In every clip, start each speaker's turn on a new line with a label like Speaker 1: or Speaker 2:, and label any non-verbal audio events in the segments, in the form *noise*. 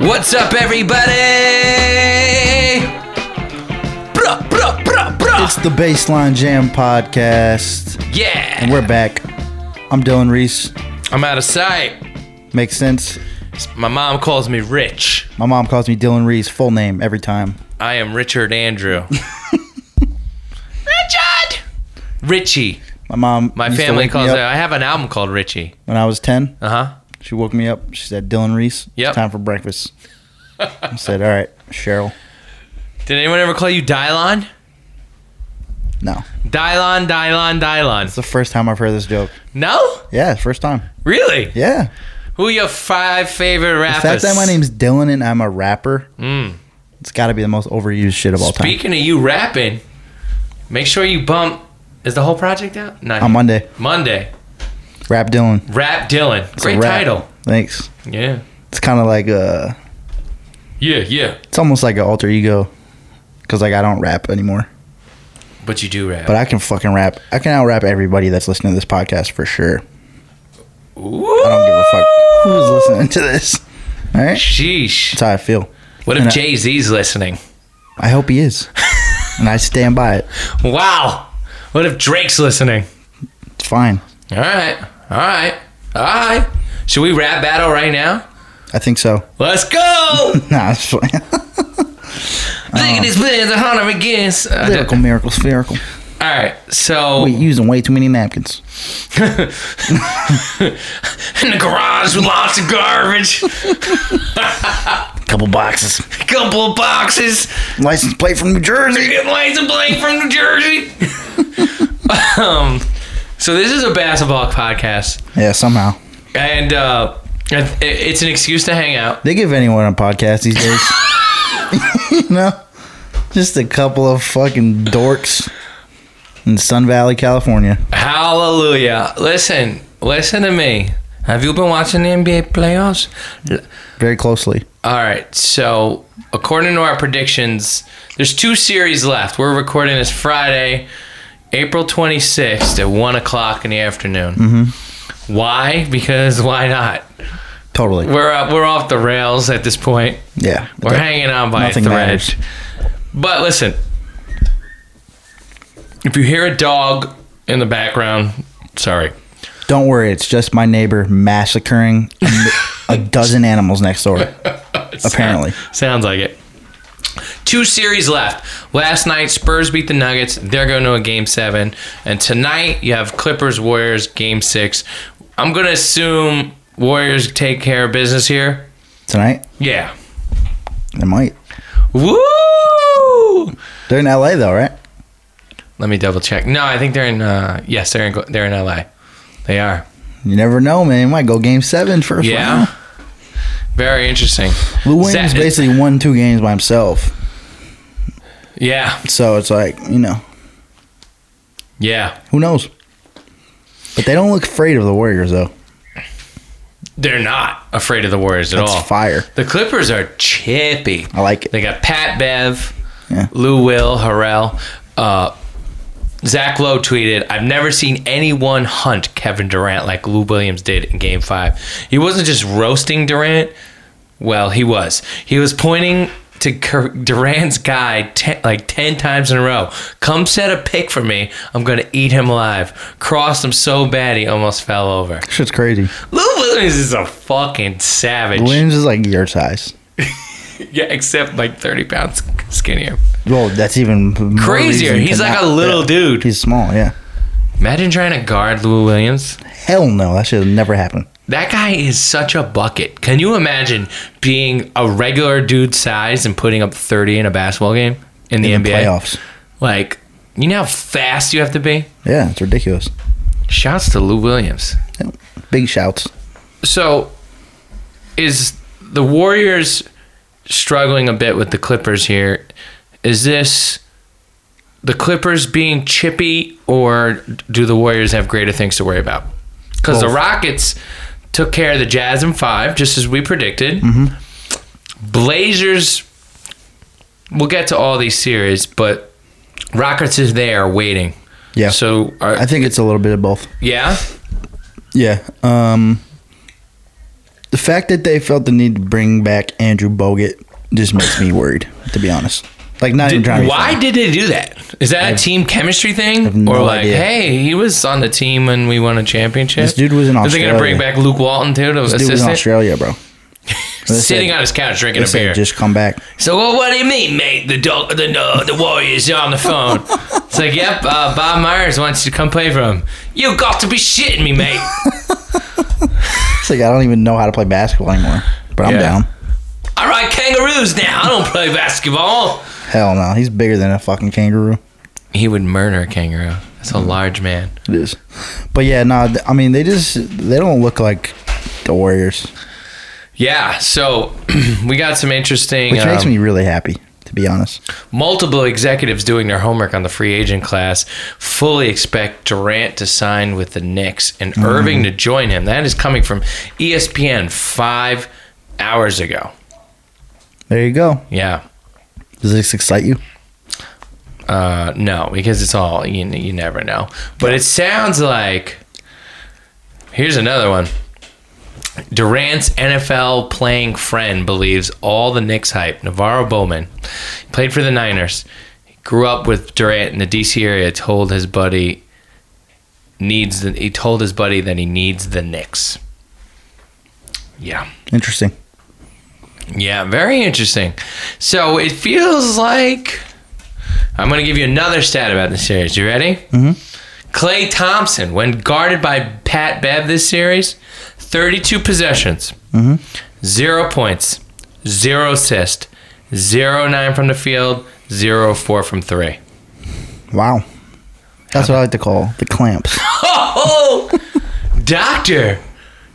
Speaker 1: What's up, everybody? Bruh, bruh, bruh, bruh.
Speaker 2: It's the Baseline Jam podcast, and
Speaker 1: yeah,
Speaker 2: we're back. I'm Dylan Reese.
Speaker 1: I'm out of sight.
Speaker 2: Makes sense.
Speaker 1: My mom calls me Rich.
Speaker 2: My mom calls me Dylan Reese, full name every time.
Speaker 1: I am Richard
Speaker 2: *laughs*
Speaker 1: Andrew. Richard. Richie.
Speaker 2: My mom.
Speaker 1: My
Speaker 2: used to
Speaker 1: family
Speaker 2: wake me
Speaker 1: calls
Speaker 2: up Uh-huh.
Speaker 1: it. I have an album called Richie.
Speaker 2: When I was ten,
Speaker 1: Uh huh.
Speaker 2: she woke me up. She said, "Dylan Reese,
Speaker 1: Yep.
Speaker 2: it's time for breakfast."
Speaker 1: *laughs*
Speaker 2: I said, "All right, Cheryl."
Speaker 1: Did anyone ever call you Dylon?
Speaker 2: No,
Speaker 1: Dylon, Dylon,
Speaker 2: it's
Speaker 1: Dylon.
Speaker 2: the first time I've heard this joke.
Speaker 1: No,
Speaker 2: Yeah, first time.
Speaker 1: really.
Speaker 2: Yeah,
Speaker 1: Who are your five favorite
Speaker 2: the
Speaker 1: rappers?
Speaker 2: fact that my name's Dylan and I'm a rapper,
Speaker 1: Mm.
Speaker 2: it's got to be the most overused shit of all time.
Speaker 1: Speaking of you rapping, make sure you bump. Is the whole project out? Not
Speaker 2: On Monday,
Speaker 1: Monday.
Speaker 2: rap Dylan.
Speaker 1: Rap Dylan.
Speaker 2: It's a
Speaker 1: Great
Speaker 2: rap.
Speaker 1: title.
Speaker 2: Thanks.
Speaker 1: Yeah.
Speaker 2: It's kind of like uh
Speaker 1: Yeah, yeah.
Speaker 2: It's almost like an alter ego, because like I don't rap anymore,
Speaker 1: But you do rap.
Speaker 2: but I can fucking rap. I can out rap everybody that's listening to this podcast for sure.
Speaker 1: Ooh.
Speaker 2: I don't give a fuck who's listening to this. All right,
Speaker 1: Sheesh.
Speaker 2: that's how I feel.
Speaker 1: What if
Speaker 2: And I-
Speaker 1: Jay Z's listening?
Speaker 2: I hope he is, and I stand by it.
Speaker 1: Wow. What if Drake's listening?
Speaker 2: It's fine.
Speaker 1: All right. All right. All right. Should we rap battle right now?
Speaker 2: I think so. *laughs*
Speaker 1: Let's go.
Speaker 2: Nah, it's *laughs* fine. Uh-huh.
Speaker 1: Think of this man's a hunter against. Uh,
Speaker 2: Lyrical miracle, spherical.
Speaker 1: all right. So.
Speaker 2: Wait, using way too many napkins.
Speaker 1: in the garage with lots of garbage, *laughs*
Speaker 2: Couple boxes.
Speaker 1: a couple of boxes,
Speaker 2: License plate from New Jersey.
Speaker 1: get lanes and blank from New Jersey. *laughs* um, so this is a basketball podcast,
Speaker 2: Yeah, somehow
Speaker 1: and uh, it- it's an excuse to hang out.
Speaker 2: they give anyone a podcast these days.
Speaker 1: *laughs*
Speaker 2: *laughs* you know, just a couple of fucking dorks in Sun Valley, California.
Speaker 1: Hallelujah! Listen, listen to me. Have you been watching the NBA playoffs? L-
Speaker 2: very closely.
Speaker 1: All right. So according to our predictions, there's two series left. We're recording this Friday, April 26th at one o'clock in the afternoon. Why? Because why not?
Speaker 2: Totally.
Speaker 1: We're up, we're off the rails at this point.
Speaker 2: yeah.
Speaker 1: We're hanging on by
Speaker 2: Nothing
Speaker 1: a thread.
Speaker 2: matters.
Speaker 1: But listen, if you hear a dog in the background, sorry.
Speaker 2: Don't worry, it's just my neighbor massacring a, mi-
Speaker 1: *laughs*
Speaker 2: a dozen animals next door. Apparently.
Speaker 1: Sounds like it. Two series left. Last night, Spurs beat the Nuggets. They're going to a game seven. And tonight, you have Clippers Warriors game six. I'm going to assume Warriors take care of business here.
Speaker 2: Tonight,
Speaker 1: Yeah.
Speaker 2: they might.
Speaker 1: Woo!
Speaker 2: They're in LA though, right?
Speaker 1: Let me double check. No, I think they're in. Uh, yes, they're in. They're in LA. They are.
Speaker 2: You never know, man. It might go game seven first
Speaker 1: Yeah.
Speaker 2: round.
Speaker 1: Very interesting.
Speaker 2: Lou Williams
Speaker 1: Zach- *laughs*
Speaker 2: basically won two games by himself.
Speaker 1: Yeah.
Speaker 2: So it's like, you know,
Speaker 1: Yeah.
Speaker 2: who knows? But they don't look afraid of the Warriors though.
Speaker 1: They're not afraid of the Warriors at
Speaker 2: That's
Speaker 1: all.
Speaker 2: fire.
Speaker 1: The Clippers are chippy.
Speaker 2: I like it.
Speaker 1: They got Pat Bev,
Speaker 2: Yeah.
Speaker 1: Lou Will, Harrell. Uh, Zach Lowe tweeted, I've never seen anyone hunt Kevin Durant like Lou Williams did in game five. He wasn't just roasting Durant. Well, he was. He was pointing to Ker- Durant's guy ten, like 10 times in a row. Come set a pick for me. I'm going to eat him alive. Crossed him so bad he almost fell over.
Speaker 2: Shit's crazy.
Speaker 1: Lou Williams is a fucking savage.
Speaker 2: Williams is like your size.
Speaker 1: Yeah, except like 30 pounds skinnier.
Speaker 2: Well, that's even more
Speaker 1: Crazier.
Speaker 2: reason to
Speaker 1: He's like
Speaker 2: not-
Speaker 1: a little
Speaker 2: yeah.
Speaker 1: dude.
Speaker 2: He's small, yeah.
Speaker 1: Imagine trying to guard Lou Williams.
Speaker 2: Hell no, that should have never happened.
Speaker 1: That guy is such a bucket. Can you imagine being a regular dude size and putting up 30 in a basketball game in the
Speaker 2: in the
Speaker 1: NBA?
Speaker 2: playoffs.
Speaker 1: Like, you know how fast you have to be?
Speaker 2: Yeah, it's ridiculous.
Speaker 1: Shouts to Lou Williams.
Speaker 2: Yeah. Big shouts.
Speaker 1: So, is the Warriors struggling a bit with the Clippers here? Is this the Clippers being chippy, or do the Warriors have greater things to worry about? Because the
Speaker 2: Both.
Speaker 1: Rockets took care of the Jazz in five, just as we predicted.
Speaker 2: Mm-hmm.
Speaker 1: Blazers. We'll get to all these series, but Rockets is there waiting.
Speaker 2: Yeah.
Speaker 1: So, are,
Speaker 2: I think it's a little bit of both.
Speaker 1: yeah,
Speaker 2: Yeah. Um the fact that they felt the need to bring back Andrew Bogut just makes me worried, to be honest. Like, not even trying to. be funny.
Speaker 1: Why did they do that? Is that a team chemistry thing,
Speaker 2: no
Speaker 1: or like,
Speaker 2: idea.
Speaker 1: hey, he was on the team when we won a championship?
Speaker 2: This dude was in
Speaker 1: Is they gonna bring
Speaker 2: Australia.
Speaker 1: back Luke Walton too to
Speaker 2: Dude was in
Speaker 1: assistant? *laughs*
Speaker 2: Australia, bro.
Speaker 1: Sitting
Speaker 2: said-
Speaker 1: on his couch drinking
Speaker 2: They
Speaker 1: a beer.
Speaker 2: said, just come back.
Speaker 1: so well, what do you mean, mate? The dog, the uh, the Warriors are on the
Speaker 2: *laughs*
Speaker 1: phone. it's like, yep, uh, Bob Myers wants you to come play for him. You got to be shitting me,
Speaker 2: *laughs*
Speaker 1: mate.
Speaker 2: It's like, I don't even know how to play basketball anymore, but I'm
Speaker 1: Yeah.
Speaker 2: down.
Speaker 1: I ride kangaroos now. I don't play basketball.
Speaker 2: Hell no. He's bigger than a fucking kangaroo.
Speaker 1: He would murder a kangaroo. That's a large man.
Speaker 2: It is. But yeah, no, th- I mean, they just, they don't look like the Warriors,
Speaker 1: Yeah, so *clears throat* we got some interesting.
Speaker 2: which makes
Speaker 1: um,
Speaker 2: me really happy, to be honest.
Speaker 1: Multiple executives doing their homework on the free agent class fully expect Durant to sign with the Knicks and Irving to join him. That is coming from E ESPN five hours ago.
Speaker 2: There you go.
Speaker 1: Yeah.
Speaker 2: Does this excite you?
Speaker 1: Uh, no, because it's all, you, you never know. But it sounds like. Here's another one. Durant's NFL playing friend believes all the Knicks hype. Navarro Bowman he played for the Niners. He grew up with Durant in the DC area. Told his buddy needs the, he told his buddy that he needs the Knicks. Yeah,
Speaker 2: Interesting.
Speaker 1: yeah, very interesting. So it feels like I'm going to give you another stat about this series. You ready? Mm-hmm. Clay Thompson, when guarded by Pat Bev this series, 32 possessions, zero points, zero assist, zero nine from the field, zero four from three.
Speaker 2: Wow. That's what I like to call the clamps.
Speaker 1: Oh, *laughs* doctor,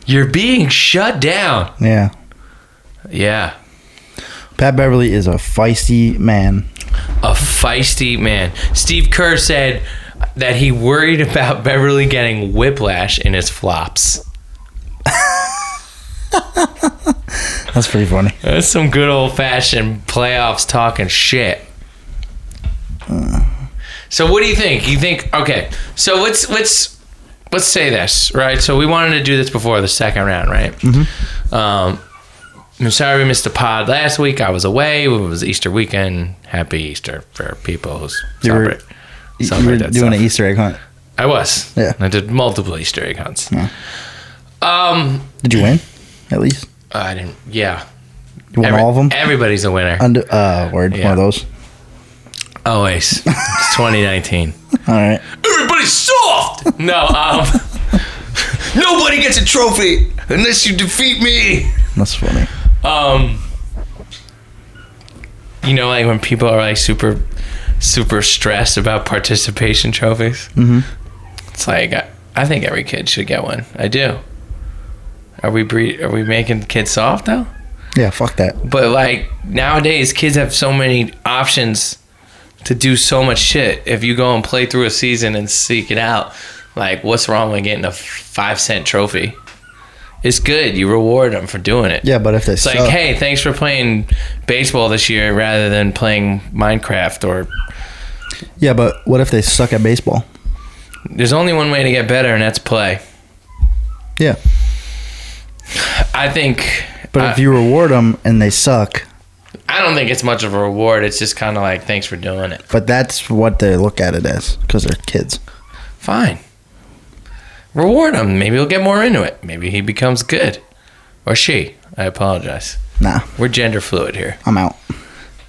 Speaker 1: you're being shut down.
Speaker 2: Yeah.
Speaker 1: Yeah.
Speaker 2: Pat Beverly is a feisty man.
Speaker 1: a feisty man. Steve Kerr said that he worried about *laughs* Beverly getting whiplash in his flops.
Speaker 2: That's pretty funny.
Speaker 1: That's some good old fashioned playoffs talking shit. So what do you think? You think okay? So let's let's let's say this right. So we wanted to do this before the second round, right? Mm-hmm. Um, I'm sorry we missed the pod last week. I was away. It was Easter weekend. Happy Easter for people who
Speaker 2: You were-
Speaker 1: celebrate.
Speaker 2: You
Speaker 1: celebrate
Speaker 2: were
Speaker 1: that
Speaker 2: doing
Speaker 1: stuff.
Speaker 2: an Easter egg hunt.
Speaker 1: I was.
Speaker 2: Yeah.
Speaker 1: I did multiple Easter egg hunts.
Speaker 2: Yeah.
Speaker 1: Um,
Speaker 2: Did you win? At least
Speaker 1: I didn't. Yeah.
Speaker 2: you won
Speaker 1: Every-
Speaker 2: all of them.
Speaker 1: Everybody's a winner.
Speaker 2: Under uh, word
Speaker 1: Yeah.
Speaker 2: one of those.
Speaker 1: Always.
Speaker 2: *laughs*
Speaker 1: It's 2019.
Speaker 2: All right.
Speaker 1: Everybody's soft. No. Um. *laughs* nobody gets a trophy unless you defeat me.
Speaker 2: That's funny.
Speaker 1: Um. You know, like when people are like super, super stressed about participation trophies. Mm-hmm. It's like I, I think every kid should get one. I do. Are we bre- Are we making kids soft though?
Speaker 2: Yeah. Fuck that.
Speaker 1: But like nowadays, kids have so many options to do so much shit. If you go and play through a season and seek it out, like what's wrong with getting a five cent trophy? It's good. You reward them for doing it.
Speaker 2: Yeah, but if they
Speaker 1: It's
Speaker 2: suck,
Speaker 1: like, hey, thanks for playing baseball this year rather than playing Minecraft. Or
Speaker 2: yeah, but what if they suck at baseball?
Speaker 1: there's only one way to get better, and that's play.
Speaker 2: Yeah,
Speaker 1: I think.
Speaker 2: but
Speaker 1: I,
Speaker 2: if you reward them and they suck,
Speaker 1: I don't think it's much of a reward. It's just kind of like, thanks for doing it.
Speaker 2: but that's what they look at it as because they're kids.
Speaker 1: fine. Reward him. Maybe he'll get more into it. Maybe he becomes good. Or she. I apologize.
Speaker 2: Nah,
Speaker 1: We're gender fluid here.
Speaker 2: I'm out.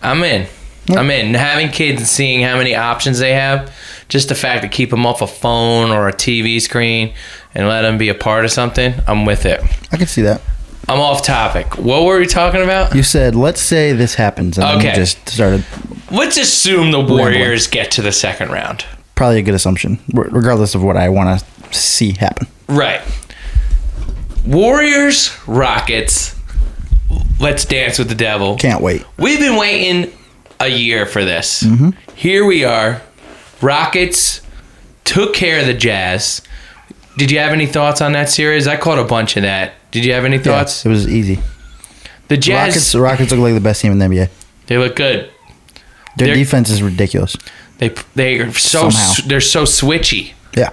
Speaker 1: I'm in. I'm in. Having kids and seeing how many options they have, just the fact to keep them off a phone or a TV screen and let them be a part of something, I'm with it.
Speaker 2: I can see that.
Speaker 1: I'm off topic. What were we talking about?
Speaker 2: You said, let's say this happens, and then
Speaker 1: Okay.
Speaker 2: you just started.
Speaker 1: Let's assume the Warriors get to the second round.
Speaker 2: Probably a good assumption, re- regardless of what I want to see happen.
Speaker 1: Right. Warriors, Rockets. Let's dance with the devil.
Speaker 2: Can't wait.
Speaker 1: We've been waiting a year for this.
Speaker 2: Mm-hmm.
Speaker 1: Here we are. Rockets took care of the Jazz. Did you have any thoughts on that series? I caught a bunch of that. Did you have any
Speaker 2: Yeah,
Speaker 1: thoughts?
Speaker 2: It was easy.
Speaker 1: The Jazz,
Speaker 2: Rockets. The Rockets look like the best team in the NBA.
Speaker 1: they look good.
Speaker 2: Their
Speaker 1: They're-
Speaker 2: defense is ridiculous.
Speaker 1: They they are so
Speaker 2: Somehow.
Speaker 1: they're so switchy.
Speaker 2: Yeah,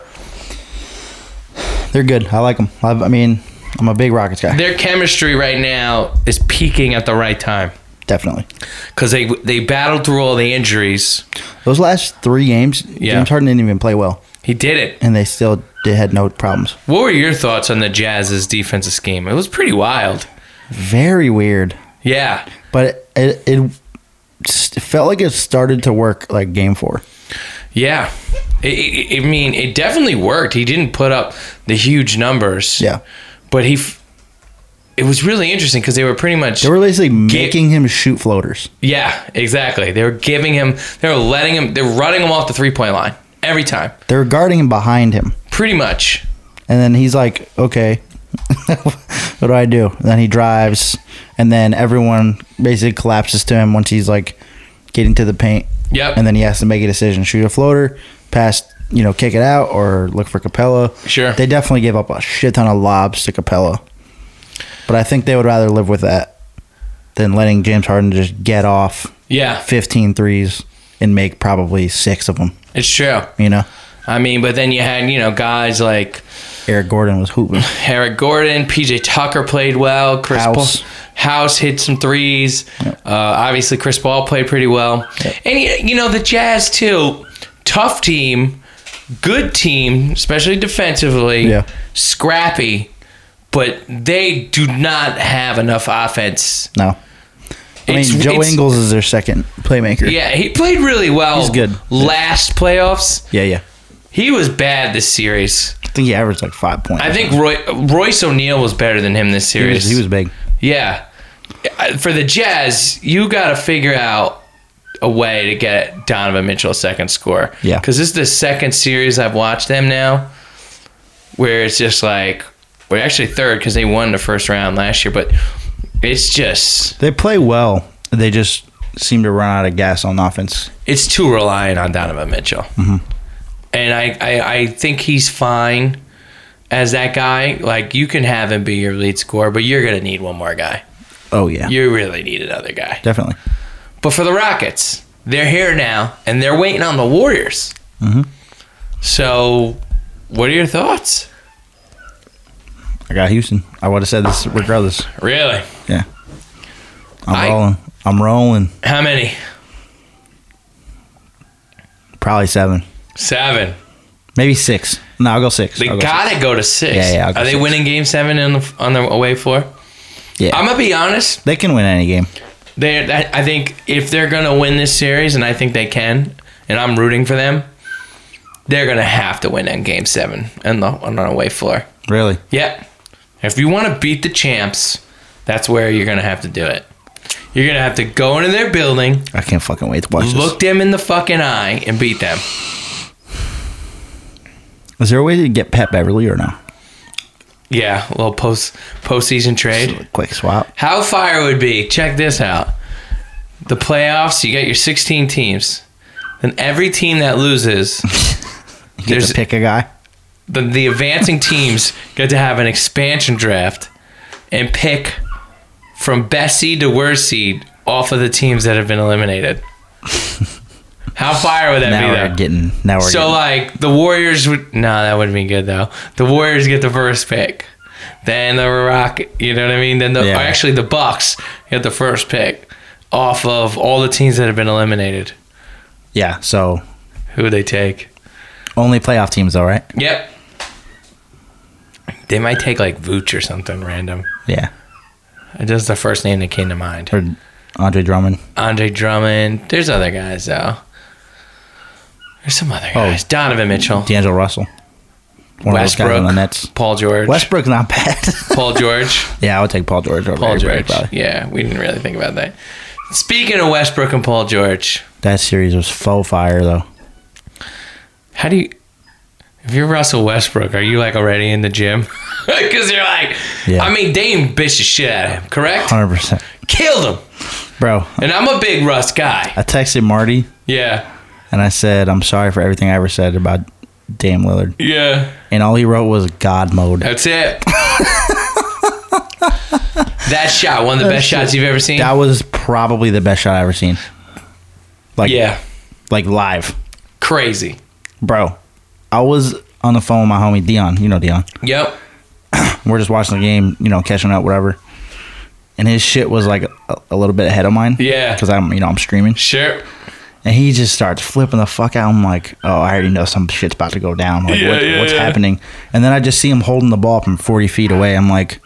Speaker 2: they're good. I like them. I, I mean, I'm a big Rockets guy.
Speaker 1: Their chemistry right now is peaking at the right time
Speaker 2: Definitely.
Speaker 1: because they they battled through all the injuries.
Speaker 2: Those last three games, James Harden didn't even play well,
Speaker 1: He did it.
Speaker 2: and they still did, had no problems.
Speaker 1: What were your thoughts on the Jazz's defensive scheme? It was pretty wild.
Speaker 2: Very weird,
Speaker 1: Yeah,
Speaker 2: but it it, it felt like it started to work like game four.
Speaker 1: yeah. I- I I- I mean, it definitely worked. He didn't put up the huge numbers.
Speaker 2: Yeah.
Speaker 1: but he. f- It was really interesting because they were pretty much
Speaker 2: They were basically making him shoot floaters.
Speaker 1: Yeah, exactly. They were giving him, they were letting him, they were running him off the three point line every time,
Speaker 2: They were guarding him behind him,
Speaker 1: pretty much.
Speaker 2: and then he's like, "Okay, *laughs* what do I do?" And then he drives, and then everyone basically collapses to him once he's like getting to the paint.
Speaker 1: Yep.
Speaker 2: and then he has to make a decision: shoot a floater, pass, you know, kick it out, or look for Capella.
Speaker 1: Sure.
Speaker 2: They definitely gave up a shit ton of lobs to Capella, but I think they would rather live with that than letting James Harden just get off
Speaker 1: yeah,
Speaker 2: 15 threes and make probably six of them.
Speaker 1: it's true.
Speaker 2: You know,
Speaker 1: I mean, but then you had, you know, guys like
Speaker 2: Eric Gordon was hooping.
Speaker 1: Eric Gordon, PJ Tucker played well, Chris
Speaker 2: House.
Speaker 1: Paul. House hit some threes. Uh, obviously, Chris Paul played pretty well. And, you- you know, the Jazz, too, tough team, good team, especially defensively,
Speaker 2: Yeah.
Speaker 1: scrappy, but they do not have enough offense.
Speaker 2: No. I mean,
Speaker 1: It's-
Speaker 2: Joe
Speaker 1: it's-
Speaker 2: Ingles is their second playmaker.
Speaker 1: Yeah, he played really well.
Speaker 2: He's good.
Speaker 1: Last playoffs,
Speaker 2: yeah, yeah.
Speaker 1: he was bad this series.
Speaker 2: I think he averaged like five points.
Speaker 1: I think Roy, Royce O'Neal was better than him this
Speaker 2: he
Speaker 1: series.
Speaker 2: was, he was big.
Speaker 1: yeah. I- For the Jazz, you got to figure out a way to get Donovan Mitchell a second score.
Speaker 2: Yeah.
Speaker 1: because this is the second series I've watched them now, where it's just like we're actually third because they won the first round last year, but it's just
Speaker 2: They play well. They just seem to run out of gas on offense.
Speaker 1: it's too reliant on Donovan Mitchell.
Speaker 2: Mm-hmm.
Speaker 1: And I, I, I think he's fine as that guy. Like, you can have him be your lead scorer, but you're going to need one more guy.
Speaker 2: Oh yeah,
Speaker 1: You really need another guy.
Speaker 2: definitely.
Speaker 1: But for the Rockets, they're here now and they're waiting on the Warriors.
Speaker 2: Mm-hmm.
Speaker 1: So, what are your thoughts?
Speaker 2: I got Houston. I would have said this regardless.
Speaker 1: Really?
Speaker 2: Yeah, I'm
Speaker 1: I-
Speaker 2: rolling. I'm rolling.
Speaker 1: How many?
Speaker 2: Probably seven,
Speaker 1: Seven.
Speaker 2: maybe six. No, I'll go six.
Speaker 1: They
Speaker 2: I'll go
Speaker 1: gotta go to six.
Speaker 2: Yeah, yeah, I'll go
Speaker 1: Are they
Speaker 2: six.
Speaker 1: winning Game Seven in the, on the away floor?
Speaker 2: six. Yeah,
Speaker 1: I'm gonna be honest.
Speaker 2: they can win any game.
Speaker 1: They, I I think if they're gonna win this series, and I think they can, and I'm rooting for them, they're gonna have to win in Game Seven and the on the away floor.
Speaker 2: Really?
Speaker 1: Yep. If you want to beat the champs, that's where you're gonna have to do it. You're gonna have to go into their building,
Speaker 2: I can't fucking wait to watch
Speaker 1: look them in the fucking eye, and beat them.
Speaker 2: this. Is there a way to get Pat Beverly or no?
Speaker 1: Yeah, a little post postseason trade.
Speaker 2: Quick swap.
Speaker 1: How fire would be, check this out. The playoffs, you got your 16 teams. Then every team that loses,
Speaker 2: You get
Speaker 1: There's-
Speaker 2: to pick a guy.
Speaker 1: the, the advancing teams get to have an expansion draft and pick from best seed to worst seed off of the teams that have been
Speaker 2: *laughs*
Speaker 1: eliminated. How fire would that
Speaker 2: Now we're
Speaker 1: be though?
Speaker 2: getting. Now we're
Speaker 1: So
Speaker 2: getting,
Speaker 1: like the Warriors would no, that wouldn't be good though. The Warriors get the first pick. Then the Rock you know what I mean? Then the
Speaker 2: Yeah.
Speaker 1: or actually the Bucks get the first pick off of all the teams that have been eliminated.
Speaker 2: yeah. So
Speaker 1: Who would they take?
Speaker 2: only playoff teams though, right?
Speaker 1: Yep. They might take like Vooch or something random.
Speaker 2: Yeah.
Speaker 1: Just the first name that came to mind.
Speaker 2: Or Andre Drummond.
Speaker 1: Andre Drummond. There's other guys though. There's some other
Speaker 2: Oh.
Speaker 1: guys. Donovan Mitchell.
Speaker 2: D'Angelo Russell. One of those guys on the Nets.
Speaker 1: Westbrook. Paul George.
Speaker 2: Westbrook's not *laughs* bad.
Speaker 1: Paul
Speaker 2: *laughs*
Speaker 1: George.
Speaker 2: yeah, I would take Paul George over
Speaker 1: Paul
Speaker 2: everybody,
Speaker 1: George.
Speaker 2: probably.
Speaker 1: Yeah, we didn't really think about that. Speaking of Westbrook and Paul George,
Speaker 2: That series was faux fire though.
Speaker 1: how do you? If you're Russell Westbrook, are you like already in the gym? *laughs* Because you're like,
Speaker 2: Yeah.
Speaker 1: I mean, Dame bitched the shit out of him, correct?
Speaker 2: Hundred percent.
Speaker 1: Killed him.
Speaker 2: Bro,
Speaker 1: And I'm a big Russ guy.
Speaker 2: I texted Marty
Speaker 1: Yeah,
Speaker 2: and I said, I'm sorry for everything I ever said about Dame Lillard.
Speaker 1: yeah.
Speaker 2: And all he wrote was God mode.
Speaker 1: That's
Speaker 2: *laughs*
Speaker 1: it. that shot, one of the best shots you've ever seen.
Speaker 2: That was probably the best shot I ever seen. Like
Speaker 1: yeah,
Speaker 2: like live.
Speaker 1: crazy.
Speaker 2: Bro. I was on the phone with my homie Dion. You know Dion.
Speaker 1: Yep.
Speaker 2: We're just watching the game, you know, catching up, whatever. And his shit was like a, a little bit ahead of mine.
Speaker 1: Yeah.
Speaker 2: Because I'm, you know, I'm streaming.
Speaker 1: Sure.
Speaker 2: And he just starts flipping the fuck out. I'm like, oh, I already know some shit's about to go down. Like,
Speaker 1: Yeah,
Speaker 2: what,
Speaker 1: yeah,
Speaker 2: what's
Speaker 1: yeah.
Speaker 2: happening? And then I just see him holding the ball from 40 feet away. I'm like,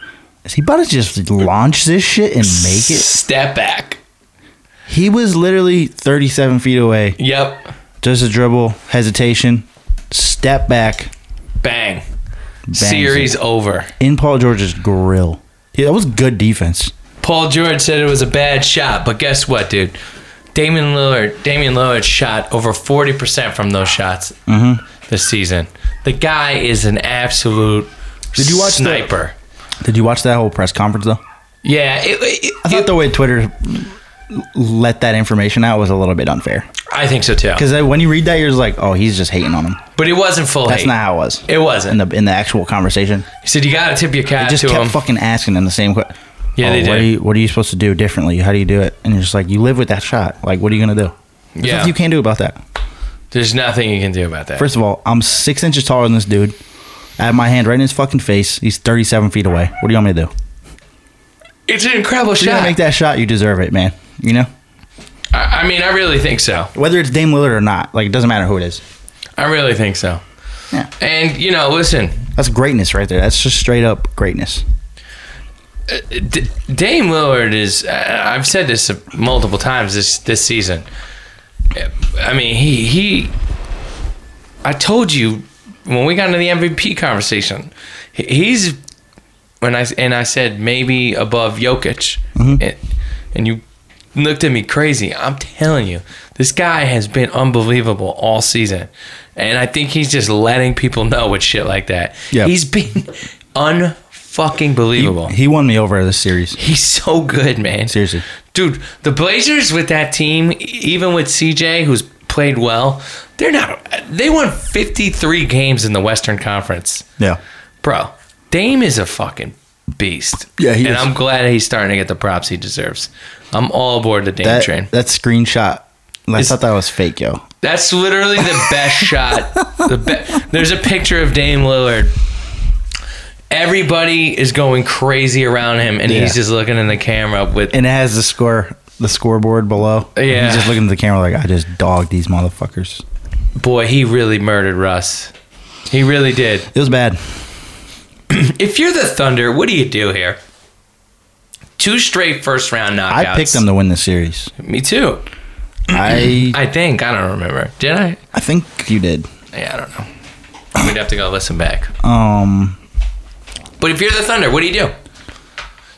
Speaker 2: is he about to just launch this shit and make it?
Speaker 1: Step back.
Speaker 2: He was literally 37 feet away.
Speaker 1: Yep.
Speaker 2: Just a dribble, hesitation, step back
Speaker 1: Bang. Series over.
Speaker 2: in Paul George's grill. Yeah, that was good defense.
Speaker 1: Paul George said it was a bad shot, but guess what, dude? Damian Lillard, Damian Lillard shot over 40% from those shots
Speaker 2: Mm-hmm.
Speaker 1: this season. The guy is an absolute
Speaker 2: Did you watch the-
Speaker 1: sniper.
Speaker 2: Did you watch that whole press conference though?
Speaker 1: yeah, it, it-
Speaker 2: I thought the way Twitter let that information out was a little bit unfair.
Speaker 1: I think so too.
Speaker 2: Because when you read that, you're just like, oh, he's just hating on him.
Speaker 1: But it wasn't full
Speaker 2: That's
Speaker 1: hate.
Speaker 2: not how it was.
Speaker 1: it
Speaker 2: in
Speaker 1: wasn't.
Speaker 2: the in the actual conversation.
Speaker 1: He said you gotta tip your
Speaker 2: They
Speaker 1: cap
Speaker 2: just
Speaker 1: to
Speaker 2: kept
Speaker 1: him.
Speaker 2: fucking asking them the same question.
Speaker 1: Yeah, they
Speaker 2: what
Speaker 1: did.
Speaker 2: Are you, what are you supposed to do differently? How do you do it? And you're just like, you live with that shot. Like, what are you gonna do? There's
Speaker 1: Yeah.
Speaker 2: nothing you can't do about that.
Speaker 1: There's nothing you can do about that.
Speaker 2: First of all, I'm six inches taller than this dude. I have my hand right in his fucking face. He's 37 feet away. What do you want me to do?
Speaker 1: it's an incredible
Speaker 2: If you're
Speaker 1: shot.
Speaker 2: gonna make that shot, you deserve it, man. You know,
Speaker 1: I, I mean, I really think so.
Speaker 2: whether it's Dame Lillard or not, like it doesn't matter who it is.
Speaker 1: I really think so.
Speaker 2: Yeah.
Speaker 1: And you know, listen,
Speaker 2: That's greatness right there. That's just straight up greatness.
Speaker 1: D- Dame Lillard is. Uh, I've said this multiple times this this season. I mean, he he. I told you when we got into the MVP conversation, he- he's when I and I said maybe above Jokic,
Speaker 2: Mm-hmm.
Speaker 1: and, and you looked at me crazy. I'm telling you, this guy has been unbelievable all season, and I think he's just letting people know with shit like that.
Speaker 2: Yeah.
Speaker 1: he's been *laughs* unfucking believable.
Speaker 2: He won me over this series.
Speaker 1: He's so good, man.
Speaker 2: Seriously.
Speaker 1: Dude, the Blazers with that team, e- even with CJ, who's played well, they're not. They won 53 games in the Western Conference.
Speaker 2: Yeah.
Speaker 1: Bro, Dame is a fucking beast.
Speaker 2: Yeah, he
Speaker 1: And
Speaker 2: is.
Speaker 1: I'm glad he's starting to get the props he deserves. I'm all aboard the Dame
Speaker 2: That
Speaker 1: train.
Speaker 2: that screenshot. I
Speaker 1: It's-
Speaker 2: thought that was fake, yo.
Speaker 1: That's literally the best
Speaker 2: *laughs*
Speaker 1: shot. The be- There's a picture of Dame Lillard. Everybody is going crazy around him, and
Speaker 2: Yeah.
Speaker 1: he's just looking in the camera with
Speaker 2: and it has the score the scoreboard below. And
Speaker 1: Yeah.
Speaker 2: He's just looking at the camera like I just dogged these motherfuckers.
Speaker 1: Boy, he really murdered Russ. He really did.
Speaker 2: It was bad.
Speaker 1: If you're the Thunder, what do you do here? Two straight first round knockouts.
Speaker 2: I picked them to win the
Speaker 1: *clears throat*
Speaker 2: series.
Speaker 1: Me too.
Speaker 2: I
Speaker 1: I think. I don't remember. Did I?
Speaker 2: I think you did.
Speaker 1: Yeah, I don't know. We'd have to go listen back.
Speaker 2: Um
Speaker 1: But if you're the Thunder, what do you do?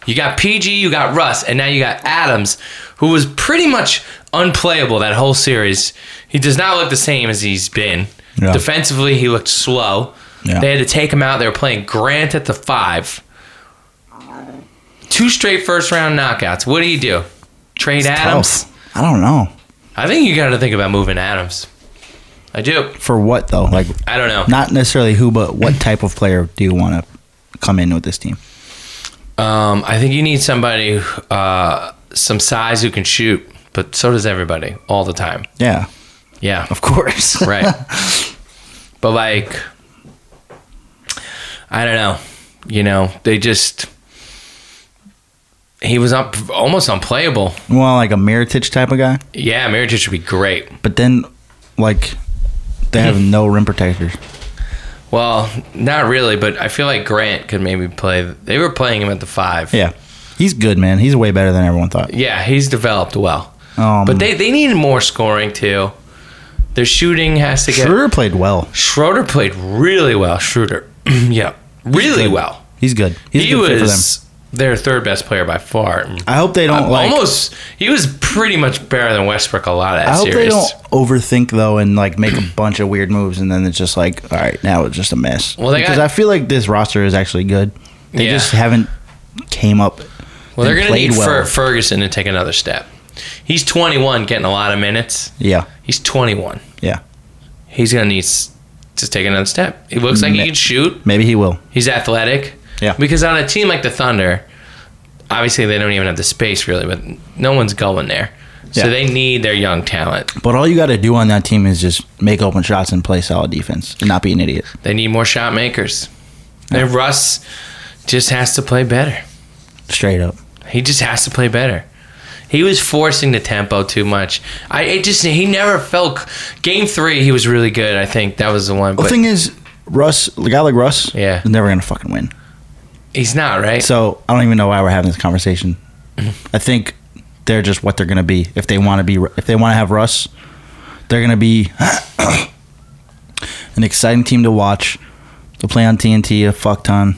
Speaker 1: You got PG, you got Russ, and now you got Adams, who was pretty much unplayable that whole series. He does not look the same as he's been.
Speaker 2: Yeah.
Speaker 1: Defensively, he looked slow.
Speaker 2: Yeah.
Speaker 1: They had to take him out. They were playing Grant at the five. Two straight first round knockouts. What do you do? Trade Adams?
Speaker 2: tough. I don't know.
Speaker 1: I think you got to think about moving Adams. I do.
Speaker 2: For what though? Like
Speaker 1: I don't know.
Speaker 2: not necessarily who but what type of player do you want to come in with this team?
Speaker 1: Um, I think you need somebody, uh, some size who can shoot, but so does everybody all the time.
Speaker 2: Yeah,
Speaker 1: Yeah, *laughs*
Speaker 2: of *laughs* course.
Speaker 1: right. but like, I don't know. You know, they just he was up almost unplayable.
Speaker 2: well, like a Miritich type of guy,
Speaker 1: Yeah, Miritich would be great.
Speaker 2: but then like
Speaker 1: *laughs*
Speaker 2: they have no rim protectors.
Speaker 1: Well, not really, but I feel like Grant could maybe play. They were playing him at the five.
Speaker 2: Yeah. He's good, man. He's way better than everyone thought.
Speaker 1: Yeah, he's developed well.
Speaker 2: Um,
Speaker 1: But they, they need more scoring too. Their shooting has to get
Speaker 2: Schroeder played well.
Speaker 1: Schroeder played really well. Schroeder, *clears throat* yeah, really
Speaker 2: good.
Speaker 1: well.
Speaker 2: He's good. He's
Speaker 1: he
Speaker 2: a good fit for them.
Speaker 1: was their third best player by far.
Speaker 2: I hope they don't like.
Speaker 1: Almost, he was pretty much better than Westbrook a lot of that
Speaker 2: I hope
Speaker 1: series.
Speaker 2: they don't overthink though and like make a bunch of weird moves and then it's just like, all right, now it's just a mess.
Speaker 1: Well, they
Speaker 2: because
Speaker 1: got-
Speaker 2: I feel like this roster is actually good. They
Speaker 1: Yeah.
Speaker 2: just haven't came up.
Speaker 1: well, they're
Speaker 2: and
Speaker 1: going to
Speaker 2: played
Speaker 1: need
Speaker 2: well.
Speaker 1: Fer- Ferguson to take another step. He's 21, getting a lot of minutes.
Speaker 2: Yeah,
Speaker 1: He's 21.
Speaker 2: yeah.
Speaker 1: He's going to need s- to take another step. He looks like he
Speaker 2: Ma-
Speaker 1: can shoot.
Speaker 2: Maybe he will.
Speaker 1: He's athletic.
Speaker 2: Yeah.
Speaker 1: Because on a team like the Thunder, obviously they don't even have the space really, but no one's going there. So
Speaker 2: Yeah.
Speaker 1: they need their young talent.
Speaker 2: But all you got to do on that team is just make open shots and play solid defense and not be an idiot.
Speaker 1: They need more shot makers. And Russ just has to play better.
Speaker 2: Straight up.
Speaker 1: He just has to play better. He was forcing the tempo too much. I it just he never felt game three. He was really good. I think that was the one.
Speaker 2: The
Speaker 1: But
Speaker 2: thing is, Russ, a guy like Russ,
Speaker 1: Yeah.
Speaker 2: is never gonna fucking win.
Speaker 1: he's not right.
Speaker 2: So I don't even know why we're having this conversation.
Speaker 1: Mm-hmm.
Speaker 2: I think they're just what they're gonna be. If they want to be, if they want to have Russ, they're gonna be *coughs* an exciting team to watch. They'll play on TNT a fuck ton.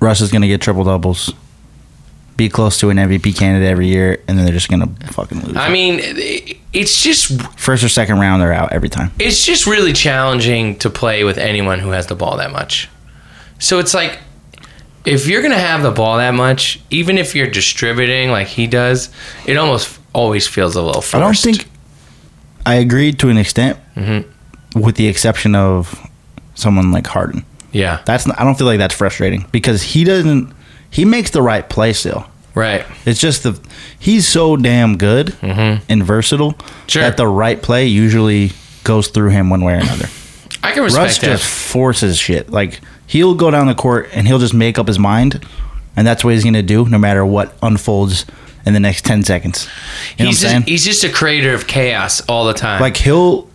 Speaker 2: Russ is gonna get triple doubles, be close to an MVP candidate every year, and then they're just gonna fucking lose.
Speaker 1: I mean, it- it's just
Speaker 2: First or second round, they're out every time.
Speaker 1: it's just really challenging to play with anyone who has the ball that much. So it's like if you're gonna have the ball that much, even if you're distributing like he does, it almost always feels a little forced.
Speaker 2: I don't think I agreed to an extent,
Speaker 1: Mm-hmm.
Speaker 2: with the exception of someone like Harden.
Speaker 1: Yeah.
Speaker 2: That's not, I don't feel like that's frustrating because he doesn't. He makes the right play still.
Speaker 1: Right.
Speaker 2: It's just the he's so damn good and versatile
Speaker 1: Mm-hmm. Sure.
Speaker 2: that the right play usually goes through him one way or another.
Speaker 1: I can respect
Speaker 2: Russ
Speaker 1: that.
Speaker 2: just forces shit. Like he'll go down the court and he'll just make up his mind, and that's what he's gonna do no matter what unfolds in the next ten seconds. You know
Speaker 1: he's
Speaker 2: what I'm saying?
Speaker 1: just, he's just a creator of chaos all the time.
Speaker 2: like he'll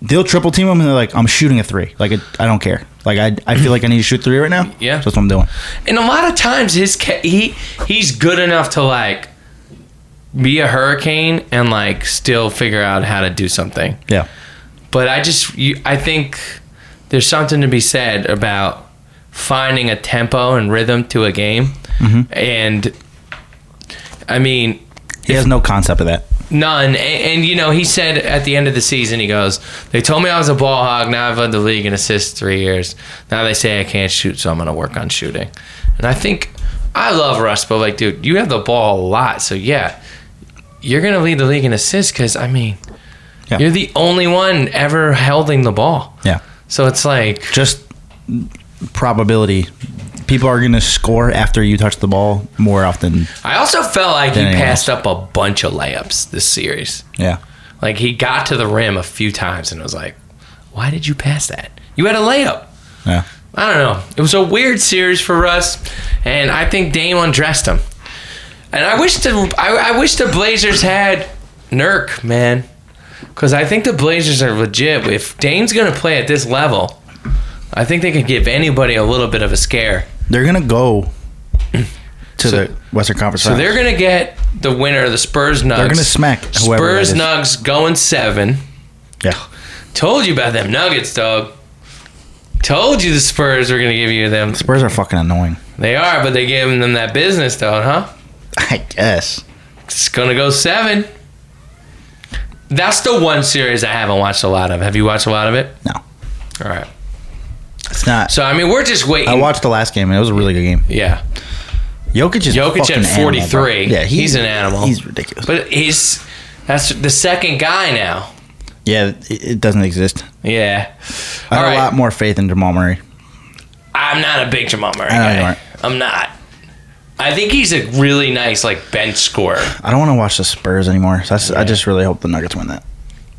Speaker 2: they'll triple team him and they're like, I'm shooting a three. Like it, I don't care. Like I, I feel like I need to shoot three right now.
Speaker 1: Yeah.
Speaker 2: so that's what I'm doing.
Speaker 1: and a lot of times his ca- he he's good enough to like be a hurricane and like still figure out how to do something.
Speaker 2: Yeah.
Speaker 1: But I just you, I think there's something to be said about finding a tempo and rhythm to a game. And I mean,
Speaker 2: He has no concept of that.
Speaker 1: None. And, and, you know, he said at the end of the season, he goes, They told me I was a ball hog. Now I've led the league in assists three years. Now they say I can't shoot, so I'm going to work on shooting. And I think I love Russ, but like, dude, you have the ball a lot. So yeah, you're going to lead the league in assists because, I mean,
Speaker 2: Yeah.
Speaker 1: you're the only one ever holding the ball.
Speaker 2: Yeah.
Speaker 1: So it's like,
Speaker 2: Just probability. People are going to score after you touch the ball more often.
Speaker 1: I also felt like he
Speaker 2: Then anyone
Speaker 1: passed up a bunch of layups this series.
Speaker 2: Yeah.
Speaker 1: Like he got to the rim a few times and was like, why did you pass that? You had a layup.
Speaker 2: Yeah.
Speaker 1: I don't know. It was a weird series for us, and I think Dame undressed him. And I wish the I, I wish the Blazers had Nurk, man, because I think the Blazers are legit. If Dame's gonna play at this level, I think they could give anybody a little bit of a scare.
Speaker 2: They're going to go to
Speaker 1: So-
Speaker 2: the Western Conference.
Speaker 1: So
Speaker 2: Finals.
Speaker 1: they're gonna get the winner, of the Spurs Nugs.
Speaker 2: gonna smack whoever that
Speaker 1: Spurs
Speaker 2: is.
Speaker 1: Nugs going seven.
Speaker 2: yeah.
Speaker 1: Told you about them Nuggets, dog. Told you the Spurs were gonna give you them.
Speaker 2: Spurs are fucking annoying. *laughs*
Speaker 1: They are, but they gave them that business, though, huh?
Speaker 2: I guess.
Speaker 1: It's gonna go seven. That's the one series I haven't watched a lot of. Have you watched a lot of it?
Speaker 2: No.
Speaker 1: All right.
Speaker 2: It's not.
Speaker 1: So I mean, we're just waiting.
Speaker 2: I watched the last game and it was a really good game.
Speaker 1: Yeah,
Speaker 2: Jokic is
Speaker 1: Jokic at
Speaker 2: fucking animal, bro.
Speaker 1: 43.
Speaker 2: yeah,
Speaker 1: He's an animal.
Speaker 2: He's ridiculous.
Speaker 1: but he's that's the second guy now.
Speaker 2: yeah, it, it doesn't exist.
Speaker 1: Yeah.
Speaker 2: I
Speaker 1: All
Speaker 2: have
Speaker 1: right.
Speaker 2: a lot more faith in Jamal Murray.
Speaker 1: I'm not a big Jamal Murray
Speaker 2: I know you
Speaker 1: guy.
Speaker 2: aren't.
Speaker 1: I'm not. I think he's a really nice like bench scorer.
Speaker 2: I don't want to watch the Spurs anymore. So that's, I just really hope the Nuggets win that.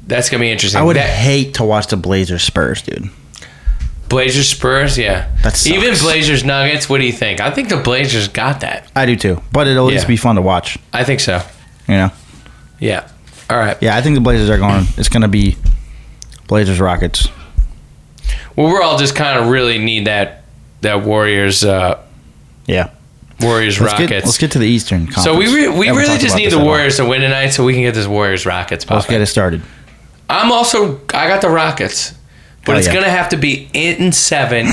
Speaker 1: That's gonna be interesting.
Speaker 2: I would
Speaker 1: That-
Speaker 2: hate to watch the Blazers Spurs, dude.
Speaker 1: Blazers Spurs. Yeah.
Speaker 2: That sucks.
Speaker 1: Even Blazers Nuggets. What do you think? I think the Blazers got that.
Speaker 2: I do too, but it'll at least
Speaker 1: Yeah.
Speaker 2: be fun to watch.
Speaker 1: I think so.
Speaker 2: You know?
Speaker 1: Yeah. All right.
Speaker 2: Yeah, I think the Blazers are going. It's going to be Blazers Rockets.
Speaker 1: Well, we're all just kind of really need that that Warriors uh,
Speaker 2: Yeah,
Speaker 1: Warriors
Speaker 2: let's
Speaker 1: Rockets.
Speaker 2: Get, let's get to the Eastern. Conference.
Speaker 1: so we re- we
Speaker 2: Haven't
Speaker 1: really
Speaker 2: talked
Speaker 1: just
Speaker 2: about
Speaker 1: need
Speaker 2: this
Speaker 1: the
Speaker 2: at all.
Speaker 1: Warriors to win tonight so we can get this Warriors Rockets
Speaker 2: Let's get
Speaker 1: popping.
Speaker 2: it started.
Speaker 1: I'm also I got the Rockets, but
Speaker 2: Hell
Speaker 1: it's
Speaker 2: yeah.
Speaker 1: gonna have to be in seven.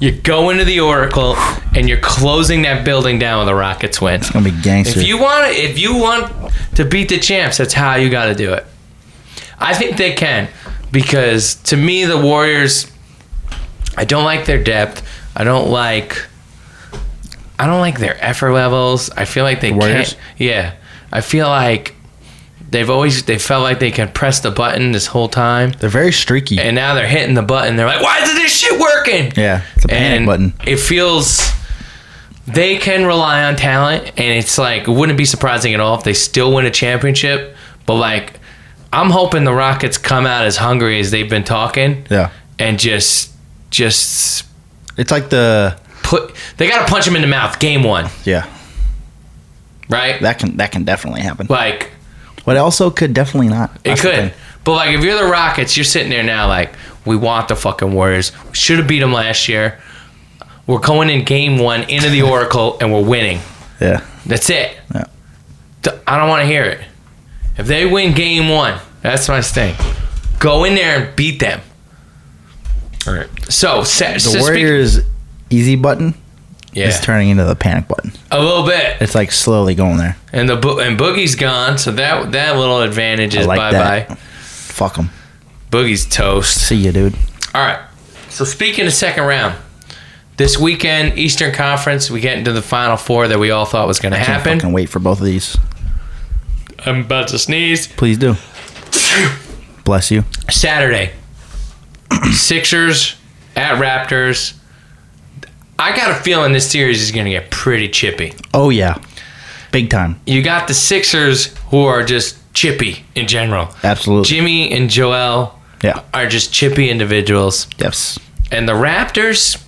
Speaker 1: you go into the Oracle and you're closing that building down with a Rockets win.
Speaker 2: It's going to be gangster.
Speaker 1: If you want if you want to beat the champs, that's how you got to do it. I think they can because to me the Warriors I don't like their depth. I don't like I don't like their effort levels. I feel like they
Speaker 2: Warriors?
Speaker 1: can't Yeah. I feel like they've always they felt like they can press the button this whole time
Speaker 2: They're very streaky.
Speaker 1: and now they're hitting the button. They're like, "Why isn't this shit working?"
Speaker 2: yeah, it's a panic
Speaker 1: and
Speaker 2: button.
Speaker 1: It feels they can rely on talent, and it's like it wouldn't be surprising at all if they still win a championship. But like, I'm hoping the Rockets come out as hungry as they've been talking,
Speaker 2: Yeah,
Speaker 1: and just just
Speaker 2: it's like the
Speaker 1: put they got to punch him in the mouth game one,
Speaker 2: Yeah,
Speaker 1: right?
Speaker 2: that can that can definitely happen.
Speaker 1: like
Speaker 2: But also could definitely not.
Speaker 1: it
Speaker 2: That's the thing.
Speaker 1: could, but like if you're the Rockets, you're sitting there now like we want the fucking Warriors. We should have beat them last year. We're going in game one into the Oracle and we're winning.
Speaker 2: Yeah.
Speaker 1: That's it.
Speaker 2: Yeah.
Speaker 1: D- I don't want to hear it. If they win game one, that's my thing. Go in there and beat them. All right. So, sa-
Speaker 2: The
Speaker 1: so speak-
Speaker 2: Warriors easy button is
Speaker 1: yeah,
Speaker 2: turning into the panic button.
Speaker 1: a little bit,
Speaker 2: It's like slowly going there.
Speaker 1: and the bo- and Boogie's gone, so that that little advantage
Speaker 2: I
Speaker 1: is
Speaker 2: like
Speaker 1: bye
Speaker 2: that.
Speaker 1: bye.
Speaker 2: Fuck them.
Speaker 1: Boogie's toast.
Speaker 2: See you, dude.
Speaker 1: All right. So speaking of second round, this weekend Eastern Conference, we get into the Final Four that we all thought was going to
Speaker 2: Can't
Speaker 1: happen.
Speaker 2: fucking wait for both of these.
Speaker 1: I'm about to sneeze.
Speaker 2: Please do. Bless you.
Speaker 1: Saturday. *clears throat* Sixers at Raptors. I got a feeling this series is going to get pretty chippy.
Speaker 2: Oh yeah, big time.
Speaker 1: You got the Sixers who are just chippy in general.
Speaker 2: Absolutely.
Speaker 1: Jimmy and Joel
Speaker 2: yeah.
Speaker 1: are just chippy individuals.
Speaker 2: Yes.
Speaker 1: And the Raptors,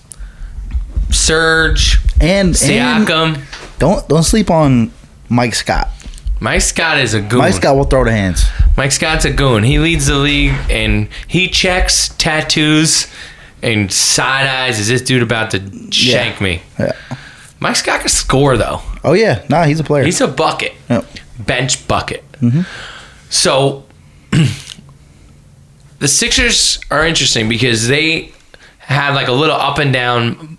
Speaker 1: Serge,
Speaker 2: And, and
Speaker 1: Siakam.
Speaker 2: don't don't sleep on Mike Scott.
Speaker 1: Mike Scott is a goon.
Speaker 2: Mike Scott will throw the hands.
Speaker 1: Mike Scott's a goon. He leads the league and he checks tattoos and side eyes. Is this dude about to shank me?
Speaker 2: Yeah.
Speaker 1: Mike Scott can score though.
Speaker 2: Oh yeah. Nah, he's a player.
Speaker 1: He's a bucket,
Speaker 2: Yep.
Speaker 1: bench bucket.
Speaker 2: Mm-hmm.
Speaker 1: So *clears throat* the Sixers are interesting because they had like a little up and down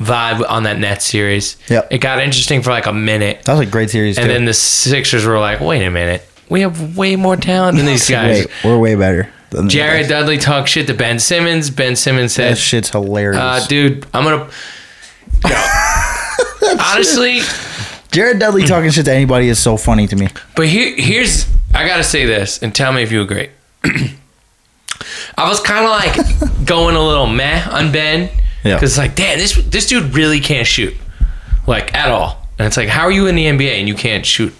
Speaker 1: vibe on that Nets series.
Speaker 2: Yep.
Speaker 1: It got interesting for like a minute.
Speaker 2: That was a great series.
Speaker 1: And
Speaker 2: too.
Speaker 1: then the Sixers were like, wait a minute. We have way more talent than these guys.
Speaker 2: *laughs* Wait, we're way better. Than the
Speaker 1: Jared
Speaker 2: guys.
Speaker 1: Dudley talked shit to Ben Simmons. Ben Simmons
Speaker 2: that
Speaker 1: said,
Speaker 2: shit's hilarious.
Speaker 1: uh, dude, I'm *laughs* going to. Honestly,
Speaker 2: Jared Dudley talking shit to anybody is so funny to me.
Speaker 1: but here, here's. I got to say this and tell me if you agree. *clears throat* I was kind of like going a little meh on Ben.
Speaker 2: Yeah.
Speaker 1: Because, like, damn, this, this dude really can't shoot. Like, at all. And it's like, how are you in the NBA and you can't shoot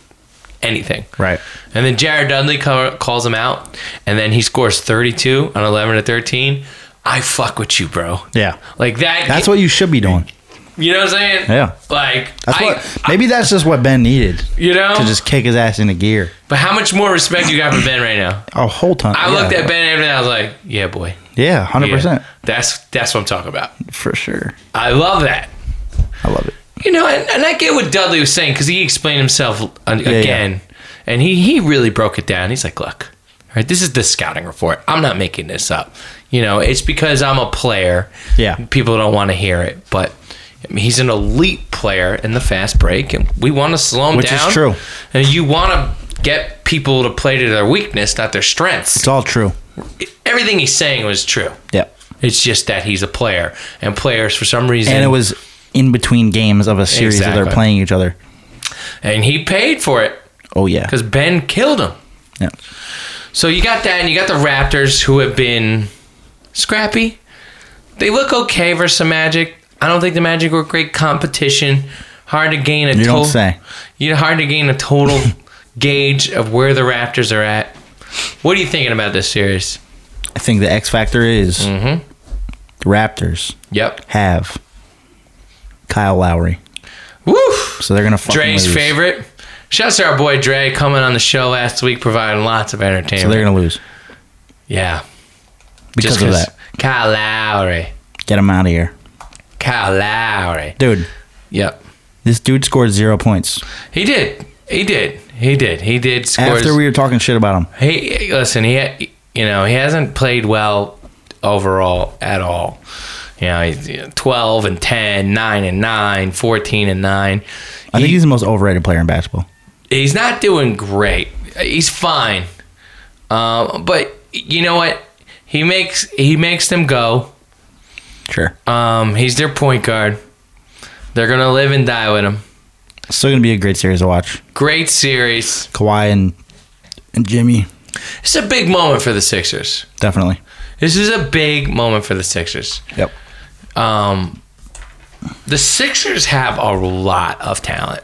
Speaker 1: anything?
Speaker 2: Right.
Speaker 1: And then Jared Dudley co- calls him out, and then he scores 32 on 11 to 13. I fuck with you, bro.
Speaker 2: Yeah.
Speaker 1: Like that.
Speaker 2: That's what you should be doing.
Speaker 1: you know what I'm saying.
Speaker 2: Yeah.
Speaker 1: Like
Speaker 2: That's
Speaker 1: I,
Speaker 2: what. Maybe that's just what Ben needed
Speaker 1: you know.
Speaker 2: to just kick his ass into gear.
Speaker 1: but how much more respect you got for Ben right now?
Speaker 2: A whole ton.
Speaker 1: I
Speaker 2: yeah.
Speaker 1: looked at Ben and I was like, yeah, boy.
Speaker 2: Yeah, hundred
Speaker 1: Yeah.
Speaker 2: percent
Speaker 1: That's that's what I'm talking about.
Speaker 2: for sure.
Speaker 1: I love that.
Speaker 2: I love it.
Speaker 1: You know, and, and I get what Dudley was saying because he explained himself a- again, and he he really broke it down. He's like, look, all right, this is the scouting report. I'm not making this up. You know, it's because I'm a player.
Speaker 2: Yeah.
Speaker 1: people don't want to hear it, but. I mean, he's an elite player in the fast break, and we want to slow him
Speaker 2: Which is
Speaker 1: down.
Speaker 2: true.
Speaker 1: And you want to get people to play to their weakness, not their strengths.
Speaker 2: It's all true.
Speaker 1: Everything he's saying was true.
Speaker 2: Yeah,
Speaker 1: It's just that he's a player, and players, for some reason,
Speaker 2: and it was in between games of a series that
Speaker 1: Exactly.
Speaker 2: they're playing each other.
Speaker 1: and he paid for it
Speaker 2: Oh yeah,
Speaker 1: because Ben killed him.
Speaker 2: yeah,
Speaker 1: So you got that, and you got the Raptors, who have been scrappy. They look okay versus the Magic. I don't think the Magic were great competition. Hard to gain a
Speaker 2: You don't
Speaker 1: total.
Speaker 2: say.
Speaker 1: You know, hard to gain a
Speaker 2: *laughs*
Speaker 1: total gauge of where the Raptors are at. What are you thinking about this series?
Speaker 2: I think the X factor is
Speaker 1: Mm-hmm.
Speaker 2: the Raptors
Speaker 1: Yep.
Speaker 2: have Kyle Lowry,
Speaker 1: Woo.
Speaker 2: so they're gonna fucking
Speaker 1: Dre's
Speaker 2: lose.
Speaker 1: favorite. Shouts to our boy Dre coming on the show last week, providing lots of entertainment.
Speaker 2: So they're gonna lose
Speaker 1: yeah,
Speaker 2: because
Speaker 1: just
Speaker 2: of
Speaker 1: 'cause
Speaker 2: that.
Speaker 1: Kyle Lowry,
Speaker 2: Get him out of here,
Speaker 1: Kyle Lowry.
Speaker 2: dude.
Speaker 1: Yep,
Speaker 2: This dude scored zero points
Speaker 1: he did. He did. He did. He did. Scores.
Speaker 2: after we were talking shit about him.
Speaker 1: he listen. He ha- you know he hasn't played well overall at all. You know, he's you know, 12 and 10, 9 and 9, 14 and 9.
Speaker 2: I think he's the most overrated player in basketball.
Speaker 1: he's not doing great. He's fine, um, but you know what? He makes he makes them go.
Speaker 2: Sure,
Speaker 1: Um, he's their point guard. They're gonna live and die with him.
Speaker 2: still gonna be a great series to watch.
Speaker 1: Great series.
Speaker 2: Kawhi and and Jimmy
Speaker 1: It's a big moment for the Sixers.
Speaker 2: definitely.
Speaker 1: This is a big moment for the Sixers.
Speaker 2: Yep.
Speaker 1: Um, the Sixers have a lot of talent.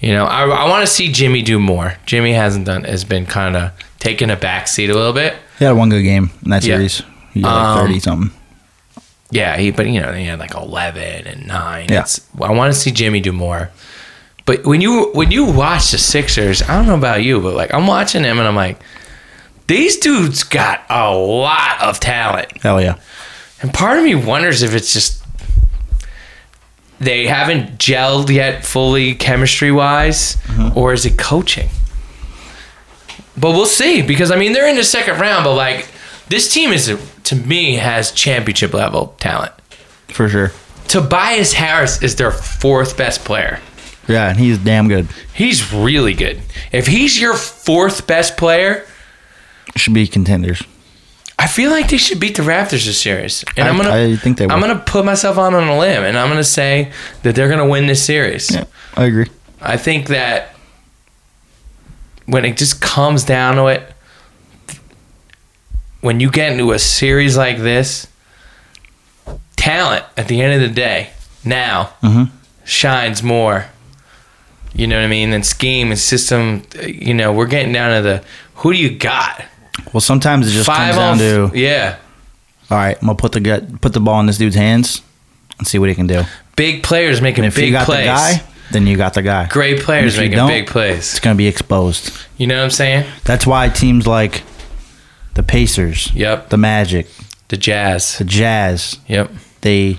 Speaker 1: You know, I, I want to see Jimmy do more. Jimmy hasn't done has been kind of taking a back seat a little bit.
Speaker 2: He had one good game in that
Speaker 1: Yeah.
Speaker 2: series. He got like
Speaker 1: Um,
Speaker 2: 30 something.
Speaker 1: Yeah, he, but you know, he had like eleven and nine.
Speaker 2: Yeah.
Speaker 1: It's, I want to see Jimmy do more. But when you when you watch the Sixers, I don't know about you, but like I'm watching them and I'm like, these dudes got a lot of talent,
Speaker 2: Hell yeah.
Speaker 1: and part of me wonders if it's just they haven't gelled yet fully chemistry wise, or is it coaching? But we'll see because I mean they're in the second round, but like this team is to me has championship level talent.
Speaker 2: For sure.
Speaker 1: Tobias Harris is their fourth best player.
Speaker 2: Yeah, and he's damn good.
Speaker 1: He's really good. If he's your fourth best player,
Speaker 2: Should be contenders.
Speaker 1: I feel like they should beat the Raptors this series. And I, am
Speaker 2: I-
Speaker 1: gonna
Speaker 2: I think they will.
Speaker 1: I'm gonna put myself out on a limb and I'm gonna say that they're gonna win this series.
Speaker 2: Yeah, I agree.
Speaker 1: I think that when it just comes down to it, when you get into a series like this, talent at the end of the day now
Speaker 2: Mhm.
Speaker 1: shines more. You know what I mean? Than scheme and system. You know, we're getting down to the who do you got?
Speaker 2: Well, sometimes it just comes down to
Speaker 1: on yeah,
Speaker 2: all right. I'm gonna put the gut, put the ball in this dude's hands and see what he can do.
Speaker 1: big players making
Speaker 2: And if
Speaker 1: big
Speaker 2: you got
Speaker 1: plays.
Speaker 2: the guy, then you got the guy.
Speaker 1: Great
Speaker 2: And if
Speaker 1: players
Speaker 2: you
Speaker 1: making
Speaker 2: don't,
Speaker 1: big
Speaker 2: It's
Speaker 1: plays.
Speaker 2: gonna be exposed.
Speaker 1: You know what I'm saying?
Speaker 2: That's why teams like the Pacers,
Speaker 1: Yep.
Speaker 2: the Magic,
Speaker 1: The Jazz.
Speaker 2: the Jazz,
Speaker 1: Yep.
Speaker 2: they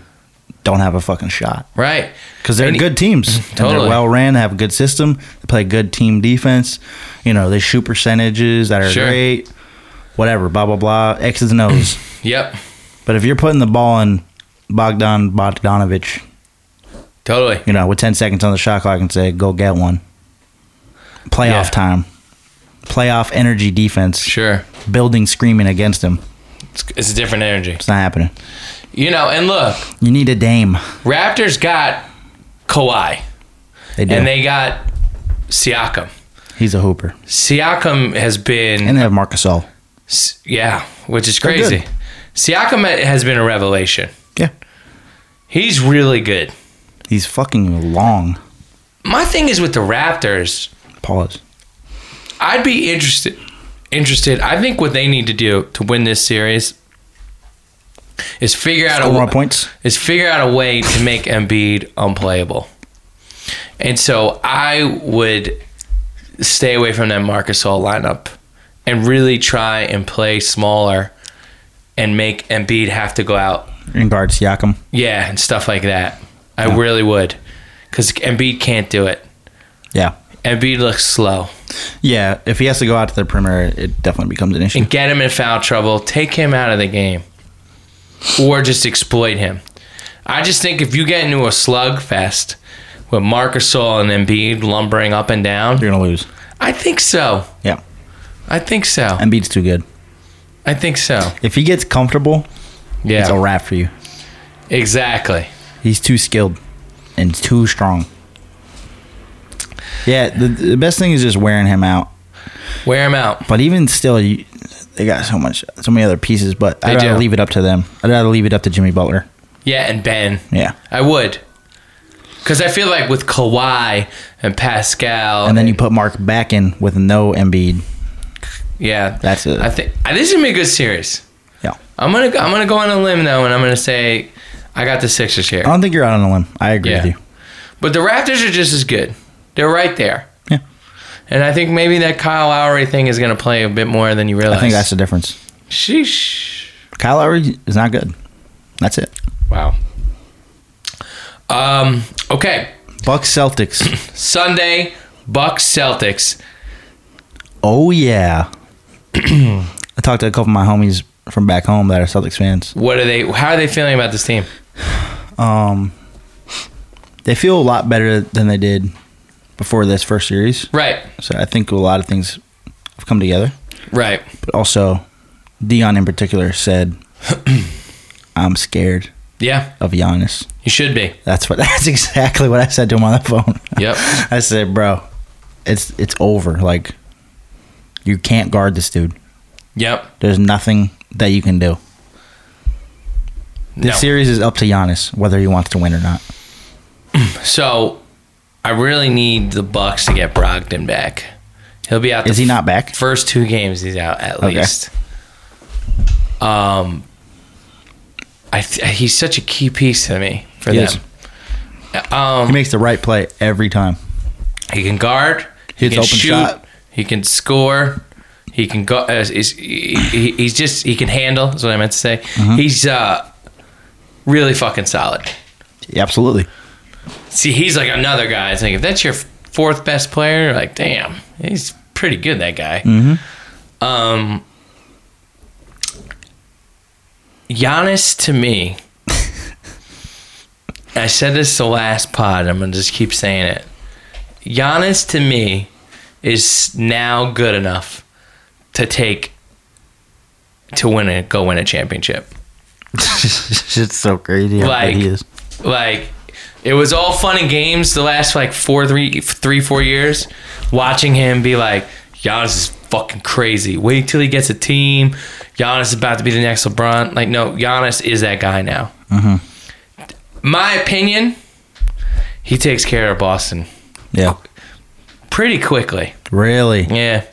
Speaker 2: don't have a fucking shot.
Speaker 1: Right.
Speaker 2: because they're
Speaker 1: And-
Speaker 2: good
Speaker 1: *laughs*
Speaker 2: teams. And
Speaker 1: Totally.
Speaker 2: they're well ran, have a good system. They play good team defense. You know, they shoot percentages that are
Speaker 1: Sure.
Speaker 2: great. Whatever, blah blah blah, X's
Speaker 1: *clears throat*
Speaker 2: and O's.
Speaker 1: Yep.
Speaker 2: but if you're putting the ball in Bogdan Bogdanovic,
Speaker 1: Totally.
Speaker 2: you know, with ten seconds on the shot clock, and say, "Go get one." Playoff
Speaker 1: Yeah.
Speaker 2: time, playoff energy defense,
Speaker 1: Sure.
Speaker 2: building screaming against him.
Speaker 1: It's, it's a different energy.
Speaker 2: It's not happening.
Speaker 1: You know, and look,
Speaker 2: You need a Dame.
Speaker 1: Raptors got Kawhi
Speaker 2: They do.
Speaker 1: and they got Siakam.
Speaker 2: He's a hooper,
Speaker 1: Siakam has been
Speaker 2: and they have Marcus All.
Speaker 1: S- Yeah, which is
Speaker 2: good.
Speaker 1: crazy. Siakam has been a revelation.
Speaker 2: Yeah,
Speaker 1: He's really good.
Speaker 2: he's fucking long.
Speaker 1: My thing is with the Raptors,
Speaker 2: Pause.
Speaker 1: I'd be interested interested. I think what they need to do to win this series is figure out
Speaker 2: Score
Speaker 1: a
Speaker 2: more points.
Speaker 1: is figure out a way to make Embiid unplayable. And so I would stay away from that Marcus All lineup and really try and play smaller and make Embiid have to go out
Speaker 2: and guard Siakam.
Speaker 1: Yeah, and stuff like that. I really would, because Embiid can't do it.
Speaker 2: Yeah.
Speaker 1: Embiid looks slow,
Speaker 2: Yeah, if he has to go out to the perimeter, it definitely becomes an issue.
Speaker 1: and get him in foul trouble. Take him out of the game, or just exploit him. I just think if you get into a slugfest with Marcus and Embiid lumbering up and down,
Speaker 2: You're gonna lose.
Speaker 1: I think so.
Speaker 2: Yeah,
Speaker 1: I think so.
Speaker 2: Embiid's too good.
Speaker 1: I think so.
Speaker 2: If he gets comfortable, it's a
Speaker 1: Yeah,
Speaker 2: wrap for you.
Speaker 1: exactly.
Speaker 2: He's too skilled and too strong. Yeah, the, the best thing is just wearing him out.
Speaker 1: Wear him out.
Speaker 2: But even still, you, they got so much, so many other pieces. But I'd
Speaker 1: They
Speaker 2: rather
Speaker 1: do.
Speaker 2: leave it up to them. I'd rather leave it up to Jimmy Butler.
Speaker 1: Yeah, and Ben.
Speaker 2: Yeah,
Speaker 1: I would. Because I feel like with Kawhi and Pascal,
Speaker 2: and then you put Mark back in with no Embiid.
Speaker 1: yeah,
Speaker 2: That's it.
Speaker 1: I think I- this is gonna be a good series.
Speaker 2: Yeah,
Speaker 1: I'm gonna I'm gonna go on a limb though, and I'm gonna say I got the Sixers here.
Speaker 2: I don't think you're out on a limb. I agree
Speaker 1: Yeah.
Speaker 2: with you.
Speaker 1: But the Raptors are just as good. They're right there.
Speaker 2: Yeah.
Speaker 1: And I think maybe that Kyle Lowry thing is gonna play a bit more than you realize.
Speaker 2: I think that's the difference.
Speaker 1: sheesh.
Speaker 2: Kyle Lowry is not good. That's it.
Speaker 1: Wow. Um. Okay.
Speaker 2: Bucks Celtics.
Speaker 1: Sunday, Bucks Celtics.
Speaker 2: *clears throat* oh yeah. *clears throat* I talked to a couple of my homies from back home that are Celtics fans.
Speaker 1: What are they? How are they feeling about this team?
Speaker 2: Um, they feel a lot better than they did before this first series.
Speaker 1: Right.
Speaker 2: So I think a lot of things have come together.
Speaker 1: Right.
Speaker 2: But also, Dion in particular *clears throat* said, "I'm scared
Speaker 1: Yeah.
Speaker 2: of Giannis."
Speaker 1: You should be.
Speaker 2: That's what. *laughs* That's exactly what I said to him on the phone.
Speaker 1: Yep.
Speaker 2: I said, "Bro, it's it's over. Like, you can't guard this dude."
Speaker 1: Yep.
Speaker 2: There's nothing that you can do.
Speaker 1: No.
Speaker 2: This series is up to Giannis whether he wants to win or not.
Speaker 1: So I really need the Bucks to get Brogdon back. He'll be out.
Speaker 2: Is
Speaker 1: the
Speaker 2: he not back?
Speaker 1: First two games, he's out at
Speaker 2: Okay.
Speaker 1: least. Um, I th- he's such a key piece to me for
Speaker 2: He
Speaker 1: them.
Speaker 2: is. He
Speaker 1: Um,
Speaker 2: makes the right play every time.
Speaker 1: he can guard. He
Speaker 2: Hits
Speaker 1: can
Speaker 2: open
Speaker 1: shoot.
Speaker 2: shot.
Speaker 1: He can score. He can go. Uh, he's, he, he- he's just he can handle. Is what I meant to say.
Speaker 2: Mm-hmm.
Speaker 1: He's uh, really fucking solid.
Speaker 2: Yeah, absolutely.
Speaker 1: See, he's like another guy. It's like if that's your fourth best player, you're like, damn, he's pretty good. That guy. Um, Giannis to me. I said this the last pod. I'm gonna just keep saying it. Giannis to me is now good enough to take to win a go win a championship.
Speaker 2: *laughs* it's so crazy.
Speaker 1: Like-
Speaker 2: Like, he is.
Speaker 1: like it was all fun and games the last like four three three four years watching him be like Giannis is fucking crazy wait till he gets a team Giannis is about to be the next LeBron like no Giannis is that guy now my opinion he takes care of Boston
Speaker 2: Yeah.
Speaker 1: pretty quickly
Speaker 2: Really?
Speaker 1: yeah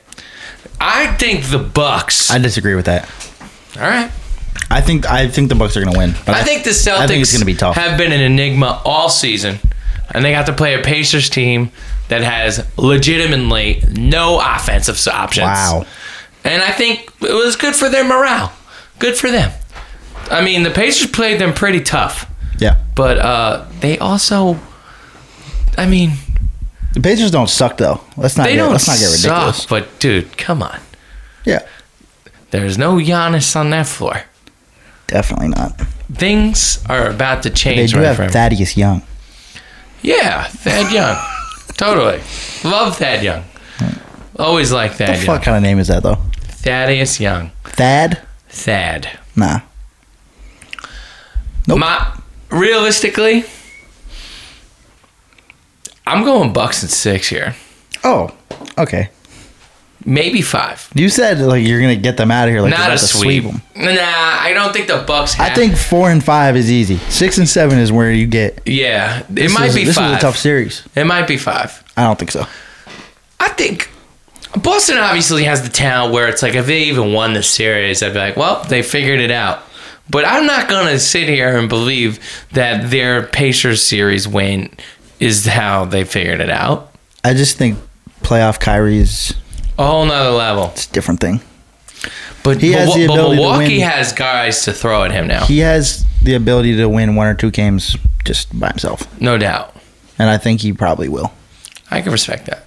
Speaker 1: I think the Bucks
Speaker 2: I disagree with that.
Speaker 1: all right
Speaker 2: I think I think the Bucks are going to win. But
Speaker 1: I think the Celtics
Speaker 2: I think it's going to be tough.
Speaker 1: have been an enigma all season, and they got to play a Pacers team that has legitimately no offensive options.
Speaker 2: Wow.
Speaker 1: And I think it was good for their morale. Good for them. I mean, the Pacers played them pretty tough,
Speaker 2: yeah.
Speaker 1: but uh, they also, I mean,
Speaker 2: The Pacers don't suck though. Let's not
Speaker 1: they
Speaker 2: get,
Speaker 1: don't
Speaker 2: let's not get ridiculous.
Speaker 1: suck. But dude, come on.
Speaker 2: Yeah.
Speaker 1: There's no Giannis on that floor.
Speaker 2: Definitely not.
Speaker 1: Things are about to
Speaker 2: They
Speaker 1: change.
Speaker 2: do
Speaker 1: my
Speaker 2: have
Speaker 1: friend.
Speaker 2: Thaddeus Young.
Speaker 1: Yeah, Thad Young. totally. Love Thad Young. Always like
Speaker 2: What
Speaker 1: Thad
Speaker 2: the
Speaker 1: Young.
Speaker 2: fuck kind of name is that though?
Speaker 1: Thaddeus Young.
Speaker 2: Thad?
Speaker 1: Thad.
Speaker 2: Nah. Nope.
Speaker 1: My, realistically, I'm going Bucks and six here.
Speaker 2: Oh. Okay.
Speaker 1: Maybe five.
Speaker 2: You said like you're going to get them out of here. Like
Speaker 1: Not
Speaker 2: you're
Speaker 1: a
Speaker 2: about to
Speaker 1: sweep.
Speaker 2: them.
Speaker 1: Nah, I don't think the Bucks have.
Speaker 2: I think four and five is easy. Six and seven is where you get.
Speaker 1: Yeah, it
Speaker 2: This
Speaker 1: might
Speaker 2: is-
Speaker 1: be
Speaker 2: this
Speaker 1: five.
Speaker 2: is a tough series.
Speaker 1: it might be five.
Speaker 2: I don't think so.
Speaker 1: I think Boston obviously has the talent where it's like if they even won the series, I'd be like, well, they figured it out. But I'm not gonna sit here and believe that their Pacers series win is how they figured it out.
Speaker 2: I just think playoff Kyrie is
Speaker 1: A whole nother level.
Speaker 2: it's a different thing.
Speaker 1: But,
Speaker 2: He has
Speaker 1: but-
Speaker 2: the
Speaker 1: but
Speaker 2: ability to
Speaker 1: Milwaukee
Speaker 2: win.
Speaker 1: has guys to throw at him now,
Speaker 2: He has the ability to win one or two games just by himself,
Speaker 1: no doubt.
Speaker 2: and I think he probably will.
Speaker 1: I can respect that.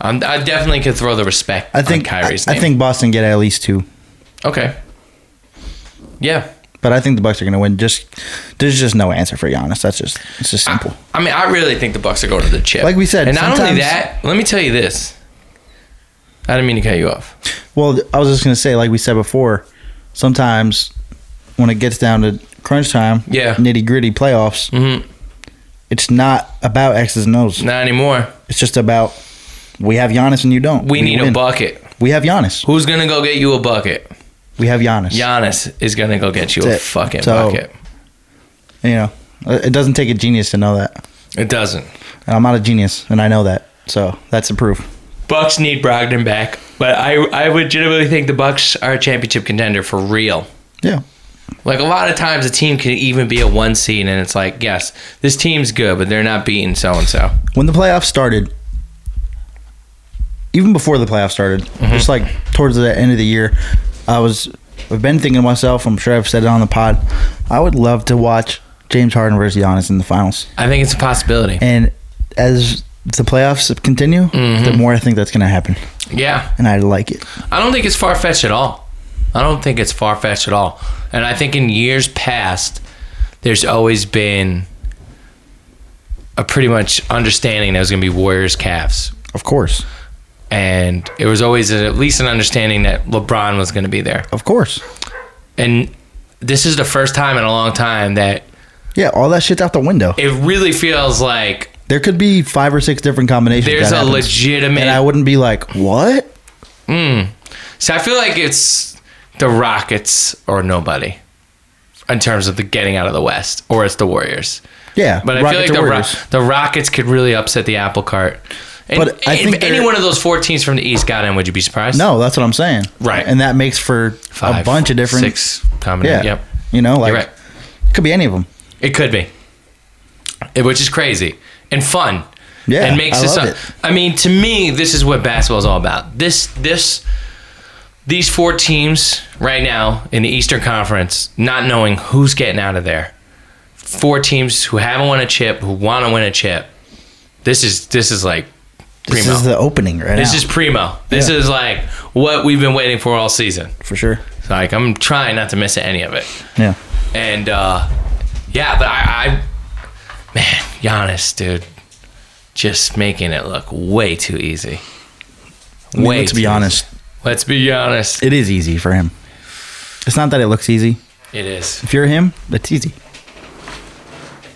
Speaker 1: I'm, I definitely could throw the respect.
Speaker 2: I think
Speaker 1: on Kyrie's
Speaker 2: I,
Speaker 1: name.
Speaker 2: I think Boston get at least two,
Speaker 1: okay. Yeah,
Speaker 2: but I think the Bucks are going to win. Just there's just no answer for Giannis. That's just it's just simple.
Speaker 1: I mean, I really think the Bucks are going to the chip.
Speaker 2: Like we said,
Speaker 1: and not only
Speaker 2: sometimes-
Speaker 1: that, let me tell you this. I didn't mean to cut you off.
Speaker 2: Well, I was just going to say, like we said before, sometimes when it gets down to crunch time,
Speaker 1: Yeah.
Speaker 2: nitty gritty playoffs,
Speaker 1: Mhm.
Speaker 2: it's not about X's and O's.
Speaker 1: Not anymore.
Speaker 2: It's just about we have Giannis and you don't.
Speaker 1: We, need a
Speaker 2: win.
Speaker 1: bucket.
Speaker 2: We have Giannis.
Speaker 1: Who's gonna go get you a bucket?
Speaker 2: We have Giannis.
Speaker 1: Giannis is gonna go get you
Speaker 2: That's
Speaker 1: a
Speaker 2: it.
Speaker 1: fucking
Speaker 2: So-
Speaker 1: bucket.
Speaker 2: You know, it doesn't take a genius to know that.
Speaker 1: It doesn't.
Speaker 2: And I'm not a genius, and I know that. So that's the proof.
Speaker 1: Bucks need Brogdon back, but I I legitimately think the Bucks are a championship contender for real.
Speaker 2: Yeah.
Speaker 1: Like a lot of times, a team can even be a one seed, and it's like, yes, this team's good, but they're not beating so and so.
Speaker 2: When the playoffs started, even before the playoffs started,
Speaker 1: Mm-hmm.
Speaker 2: just like towards the end of the year, I was I've been thinking to myself, I'm sure I've said it on the pod, I would love to watch James Harden versus Giannis in the finals.
Speaker 1: I think it's a possibility.
Speaker 2: And as the playoffs continue,
Speaker 1: Mm-hmm.
Speaker 2: the more I think that's gonna happen.
Speaker 1: Yeah,
Speaker 2: And I like it.
Speaker 1: I don't think it's far fetched at all. I don't think it's far fetched at all. And I think in years past, there's always been a pretty much understanding that it was going to be Warriors Cavs.
Speaker 2: Of course.
Speaker 1: And it was always at least an understanding that LeBron was going to be there.
Speaker 2: Of course.
Speaker 1: And this is the first time in a long time that
Speaker 2: Yeah, all that shit's out the window.
Speaker 1: it really feels like
Speaker 2: There could be five or six different combinations.
Speaker 1: there's
Speaker 2: that
Speaker 1: a
Speaker 2: happens.
Speaker 1: legitimate.
Speaker 2: and I wouldn't be like, what?
Speaker 1: so I feel like it's the Rockets or nobody in terms of the getting out of the West, or it's the Warriors.
Speaker 2: Yeah,
Speaker 1: But I feel like
Speaker 2: Rockets
Speaker 1: the,
Speaker 2: or
Speaker 1: Ro-
Speaker 2: Warriors.
Speaker 1: the Rockets could really upset the apple cart. And,
Speaker 2: But I
Speaker 1: and
Speaker 2: think
Speaker 1: if any
Speaker 2: they're-
Speaker 1: one of those four teams from the East got in, would you be surprised?
Speaker 2: No, that's what I'm saying.
Speaker 1: Right.
Speaker 2: and that makes for
Speaker 1: Five,
Speaker 2: a bunch of different
Speaker 1: six combination.
Speaker 2: Yeah,
Speaker 1: Yep.
Speaker 2: You know, like
Speaker 1: You're right.
Speaker 2: it could be any of them.
Speaker 1: It could be, It- which is crazy and fun.
Speaker 2: Yeah,
Speaker 1: and makes
Speaker 2: I
Speaker 1: this
Speaker 2: love
Speaker 1: up.
Speaker 2: it.
Speaker 1: I mean, to me, this is what basketball is all about. This, this, these four teams right now in the Eastern Conference, not knowing who's getting out of there. Four teams who haven't won a chip, who want to win a chip. This is this is like primo.
Speaker 2: This is the opening right
Speaker 1: This
Speaker 2: now.
Speaker 1: is primo. This
Speaker 2: Yeah.
Speaker 1: is like what we've been waiting for all season.
Speaker 2: for sure.
Speaker 1: Like I'm trying not to miss any of it.
Speaker 2: Yeah.
Speaker 1: And uh, yeah, but I, I, man, Giannis, dude, just making it look way too easy.
Speaker 2: I mean,
Speaker 1: Way
Speaker 2: let's
Speaker 1: too
Speaker 2: be
Speaker 1: easy.
Speaker 2: honest.
Speaker 1: Let's be honest.
Speaker 2: It is easy for him. It's not that it looks easy.
Speaker 1: It is
Speaker 2: If you're him, it's easy.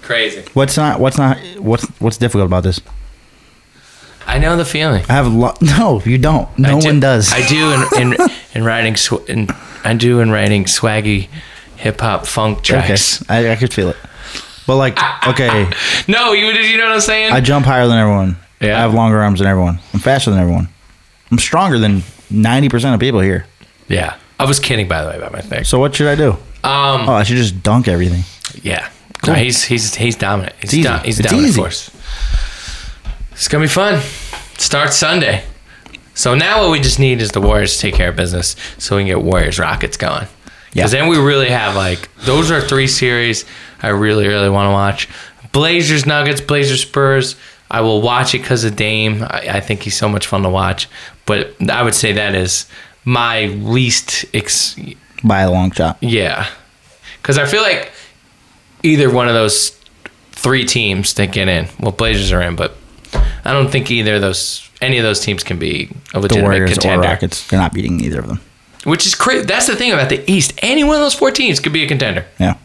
Speaker 1: crazy.
Speaker 2: What's not? What's not? What's what's difficult about this?
Speaker 1: I know the feeling.
Speaker 2: I have a lot. *laughs* No, you don't. No
Speaker 1: I do-
Speaker 2: one does.
Speaker 1: I do in in, in writing sw- in, I do in writing swaggy hip hop funk
Speaker 2: Okay,
Speaker 1: tracks.
Speaker 2: I, I could feel it. But like, okay,
Speaker 1: No, you did you know what I'm saying?
Speaker 2: I jump higher than everyone.
Speaker 1: Yeah.
Speaker 2: I have longer arms than everyone. I'm faster than everyone. I'm stronger than ninety percent of people here.
Speaker 1: yeah. I was kidding by the way about my thing.
Speaker 2: So what should I do?
Speaker 1: Um
Speaker 2: Oh, I should just dunk everything.
Speaker 1: Yeah. No, he's he's he's dominant. He's
Speaker 2: easy.
Speaker 1: do- he's
Speaker 2: It's
Speaker 1: dominant
Speaker 2: easy.
Speaker 1: force. It's gonna be fun. Starts Sunday. So now what we just need is the Warriors to take care of business so we can get Warriors Rockets going.
Speaker 2: Yeah.
Speaker 1: Because then we really have like those are three series I really really want to watch. Blazers Nuggets, Blazers Spurs. I will watch it because of Dame. I, I think he's so much fun to watch. But I would say that is my least ex-
Speaker 2: By a long shot.
Speaker 1: yeah. Because I feel like either one of those three teams that get in, well, Blazers are in, but I don't think either of those, any of those teams can be a
Speaker 2: The
Speaker 1: legitimate
Speaker 2: Warriors
Speaker 1: contender.
Speaker 2: or Rockets, they're not beating either of them.
Speaker 1: Which is crazy. That's the thing about the East. Any one of those four teams could be a contender.
Speaker 2: Yeah.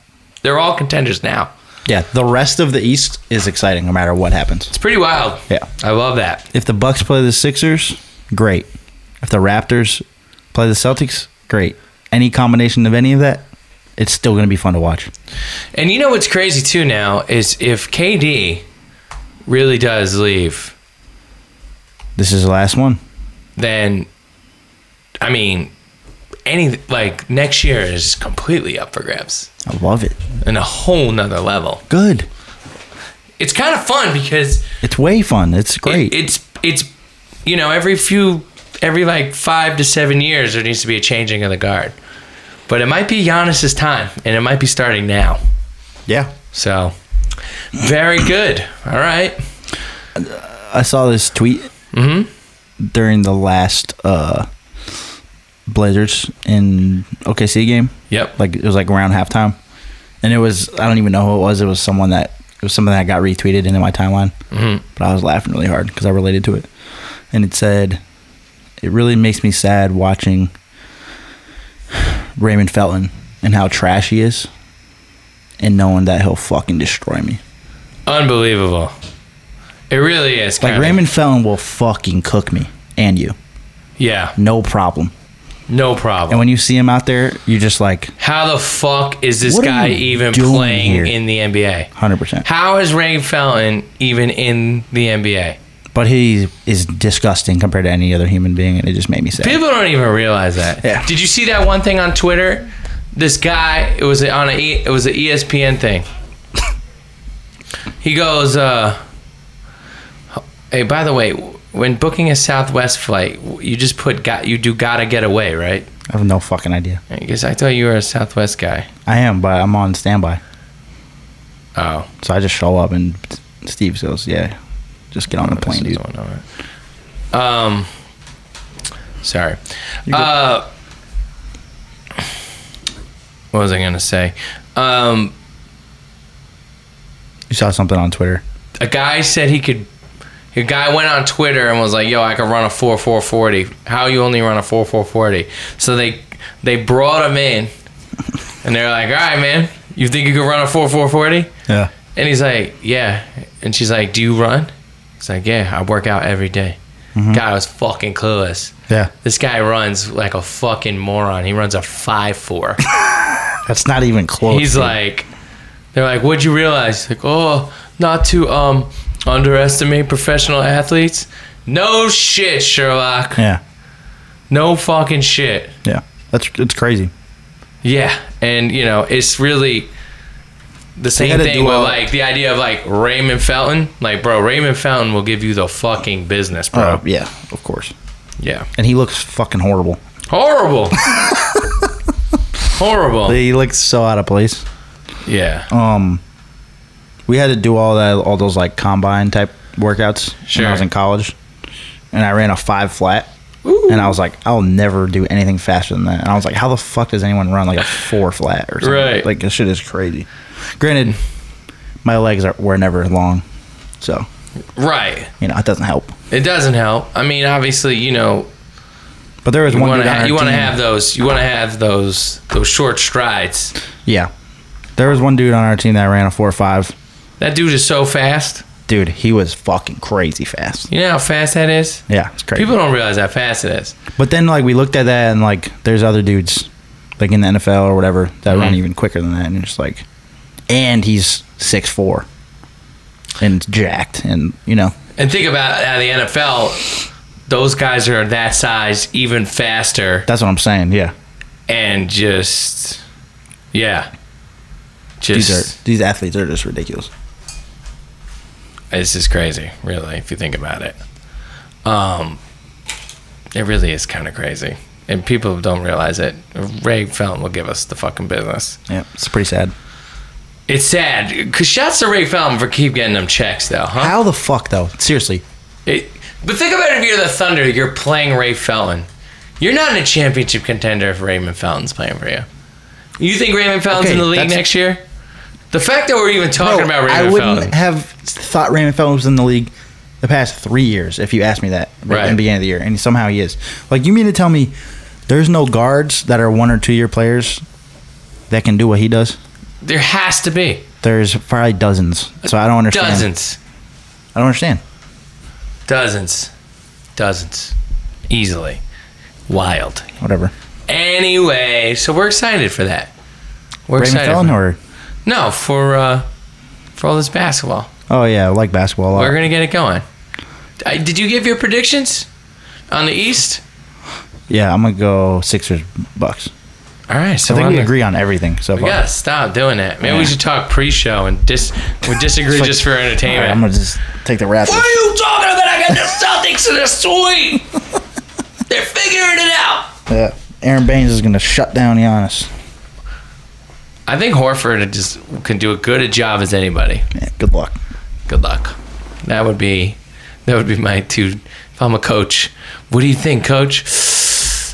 Speaker 1: They're all contenders now.
Speaker 2: Yeah. The rest of the East is exciting no matter what happens.
Speaker 1: It's pretty wild.
Speaker 2: Yeah.
Speaker 1: I love that.
Speaker 2: If the Bucks play the Sixers, great. If the Raptors play the Celtics, great. Any combination of any of that, it's still going to be fun to watch.
Speaker 1: And you know what's crazy too now is if KD really does leave,
Speaker 2: This is the last one.
Speaker 1: then I mean, any like next year is completely up for grabs
Speaker 2: I love it.
Speaker 1: and a whole nother level.
Speaker 2: Good.
Speaker 1: It's kind of fun because it-
Speaker 2: It's way fun. It's great.
Speaker 1: it's it's you know every few every like five to seven years there needs to be a changing of the guard, but it might be Giannis's time and it might be starting now.
Speaker 2: yeah.
Speaker 1: So very good. All right.
Speaker 2: I saw this tweet during the last uh, Blazers in OKC game.
Speaker 1: Yep.
Speaker 2: Like it was like around halftime, and it was I don't even know who it was. It was someone that it was something that got retweeted into my timeline, but I was laughing really hard because I related to it, and it said, "It really makes me sad watching Raymond Felton and how trash he is, and knowing that he'll fucking destroy me."
Speaker 1: Unbelievable. It really is.
Speaker 2: Like
Speaker 1: kinda.
Speaker 2: Raymond Felton will fucking cook me and you.
Speaker 1: Yeah.
Speaker 2: no problem.
Speaker 1: No problem.
Speaker 2: And when you see him out there, you're just like
Speaker 1: How the fuck is this
Speaker 2: What are
Speaker 1: guy
Speaker 2: you
Speaker 1: even
Speaker 2: doing
Speaker 1: playing
Speaker 2: here?
Speaker 1: in the NBA?
Speaker 2: 100%.
Speaker 1: How is Ray Felton even in the NBA?
Speaker 2: But he is disgusting compared to any other human being, and it just made me sad.
Speaker 1: People don't even realize that.
Speaker 2: Yeah.
Speaker 1: Did you see that one thing on Twitter? This guy, it was on a, E- it was an ESPN thing. he goes, uh, "Hey, by the way, when booking a Southwest flight, you just put got you do gotta get away, right?"
Speaker 2: I have no fucking idea.
Speaker 1: I guess I thought you were a Southwest guy.
Speaker 2: I am, but I'm on standby,
Speaker 1: Oh,
Speaker 2: so I just show up, and Steve goes, "Yeah, just get on the plane,
Speaker 1: This
Speaker 2: dude."
Speaker 1: is one, all right. Um, sorry. Uh, what was I gonna say? Um,
Speaker 2: You saw something on Twitter.
Speaker 1: a guy said he could. A guy went on Twitter and was like, "Yo, I could run a four four forty. How you only run a four four forty? So they they brought him in, and they're like, "All right, man, you think you could run a four four forty?
Speaker 2: Yeah.
Speaker 1: And he's like, yeah. And she's like, do you run? He's like, yeah, I work out every day." Guy was fucking clueless.
Speaker 2: Yeah.
Speaker 1: This guy runs like a fucking moron. He runs a five four.
Speaker 2: That's not even close.
Speaker 1: He's
Speaker 2: dude.
Speaker 1: like, they're like, what'd you realize? Like, oh, not to um underestimate professional athletes. No shit, Sherlock.
Speaker 2: yeah,
Speaker 1: No fucking shit.
Speaker 2: yeah. That's it's crazy.
Speaker 1: Yeah, and you know it's really the same
Speaker 2: had a
Speaker 1: thing with
Speaker 2: duo.
Speaker 1: like the idea of like Raymond Felton. Like, bro, Raymond Felton will give you the fucking business, bro.
Speaker 2: Oh, yeah, of course.
Speaker 1: yeah,
Speaker 2: And he looks fucking horrible. *laughs*
Speaker 1: horrible, horrible.
Speaker 2: He looks so out of place.
Speaker 1: Yeah,
Speaker 2: um we had to do all that all those like combine type workouts when
Speaker 1: Sure.
Speaker 2: I was in college. And I ran a five flat. And I was like, I'll never do anything faster than that. And I was like, how the fuck does anyone run like a four flat or something?
Speaker 1: Right.
Speaker 2: Like this shit is crazy. Granted, my legs are were never long. So,
Speaker 1: right.
Speaker 2: you know, it doesn't help.
Speaker 1: It doesn't help. I mean, obviously, you know,
Speaker 2: But there was
Speaker 1: you
Speaker 2: one
Speaker 1: want
Speaker 2: dude
Speaker 1: to
Speaker 2: on
Speaker 1: ha-
Speaker 2: our
Speaker 1: you want to
Speaker 2: team-
Speaker 1: have those you want to have those those short strides.
Speaker 2: Yeah. There was one dude on our team that ran a four five.
Speaker 1: That dude is so fast.
Speaker 2: Dude, he was fucking crazy fast.
Speaker 1: You know how fast that is.
Speaker 2: Yeah, it's crazy.
Speaker 1: People don't realize how fast it is.
Speaker 2: But then like we looked at that and like there's other dudes like in the NFL or whatever that run
Speaker 1: Mm-hmm.
Speaker 2: even quicker than that and it's like and he's six four and jacked and you know
Speaker 1: And think about how the NFL, those guys are that size, even faster,
Speaker 2: that's what I'm saying yeah
Speaker 1: and just, yeah,
Speaker 2: these
Speaker 1: just
Speaker 2: are these athletes are just ridiculous
Speaker 1: it's just crazy, really, if you think about it. Um, it really is kind of crazy, and people don't realize it. Ray Felton will give us the fucking business.
Speaker 2: yeah it's pretty sad
Speaker 1: It's sad, cause shouts to Ray Felton for keep getting them checks, though, huh?
Speaker 2: how the fuck though seriously
Speaker 1: It, but think about it, if you're the Thunder, you're playing Ray Felton. You're not in a championship contender if Raymond Felton's playing for you. You think Raymond Felton's
Speaker 2: Okay,
Speaker 1: in the league
Speaker 2: that's-
Speaker 1: next year? The fact that we're even talking
Speaker 2: Bro,
Speaker 1: about
Speaker 2: I
Speaker 1: Raymond
Speaker 2: wouldn't
Speaker 1: Felton.
Speaker 2: have thought Raymond Felton was in the league the past three years if you asked me that right,
Speaker 1: Right.
Speaker 2: in the beginning of the year and somehow he is like you mean to tell me there's no guards that are one or two year players that can do what he does
Speaker 1: there has to be
Speaker 2: There's probably dozens. So I don't understand.
Speaker 1: dozens,
Speaker 2: I don't understand.
Speaker 1: dozens, dozens, easily, wild.
Speaker 2: Whatever.
Speaker 1: Anyway, so we're excited for that. We're
Speaker 2: Raymond
Speaker 1: excited.
Speaker 2: Felton
Speaker 1: for-
Speaker 2: or
Speaker 1: no, for uh, for all this basketball.
Speaker 2: oh yeah, I like basketball a lot.
Speaker 1: We're gonna get it going. I, did you give your predictions on the East?
Speaker 2: yeah, I'm gonna go Sixers Bucks.
Speaker 1: All right, so we're
Speaker 2: I think
Speaker 1: on
Speaker 2: we
Speaker 1: the-
Speaker 2: agree on everything so
Speaker 1: We
Speaker 2: far.
Speaker 1: gotta stop doing that. Maybe we
Speaker 2: Yeah.
Speaker 1: should talk pre-show and dis- *laughs* we disagree just for
Speaker 2: All right, I'm
Speaker 1: entertainment.
Speaker 2: gonna just take the rap.
Speaker 1: what are you talking about? I got the Celtics in the sweep. *laughs* They're figuring it out.
Speaker 2: Yeah. Aaron Baines is gonna shut down Giannis.
Speaker 1: I think Horford just can do as good a job as anybody.
Speaker 2: Yeah, good luck.
Speaker 1: Good luck. That would be that would be my two. If I'm a coach, what do you think, Coach? *sighs*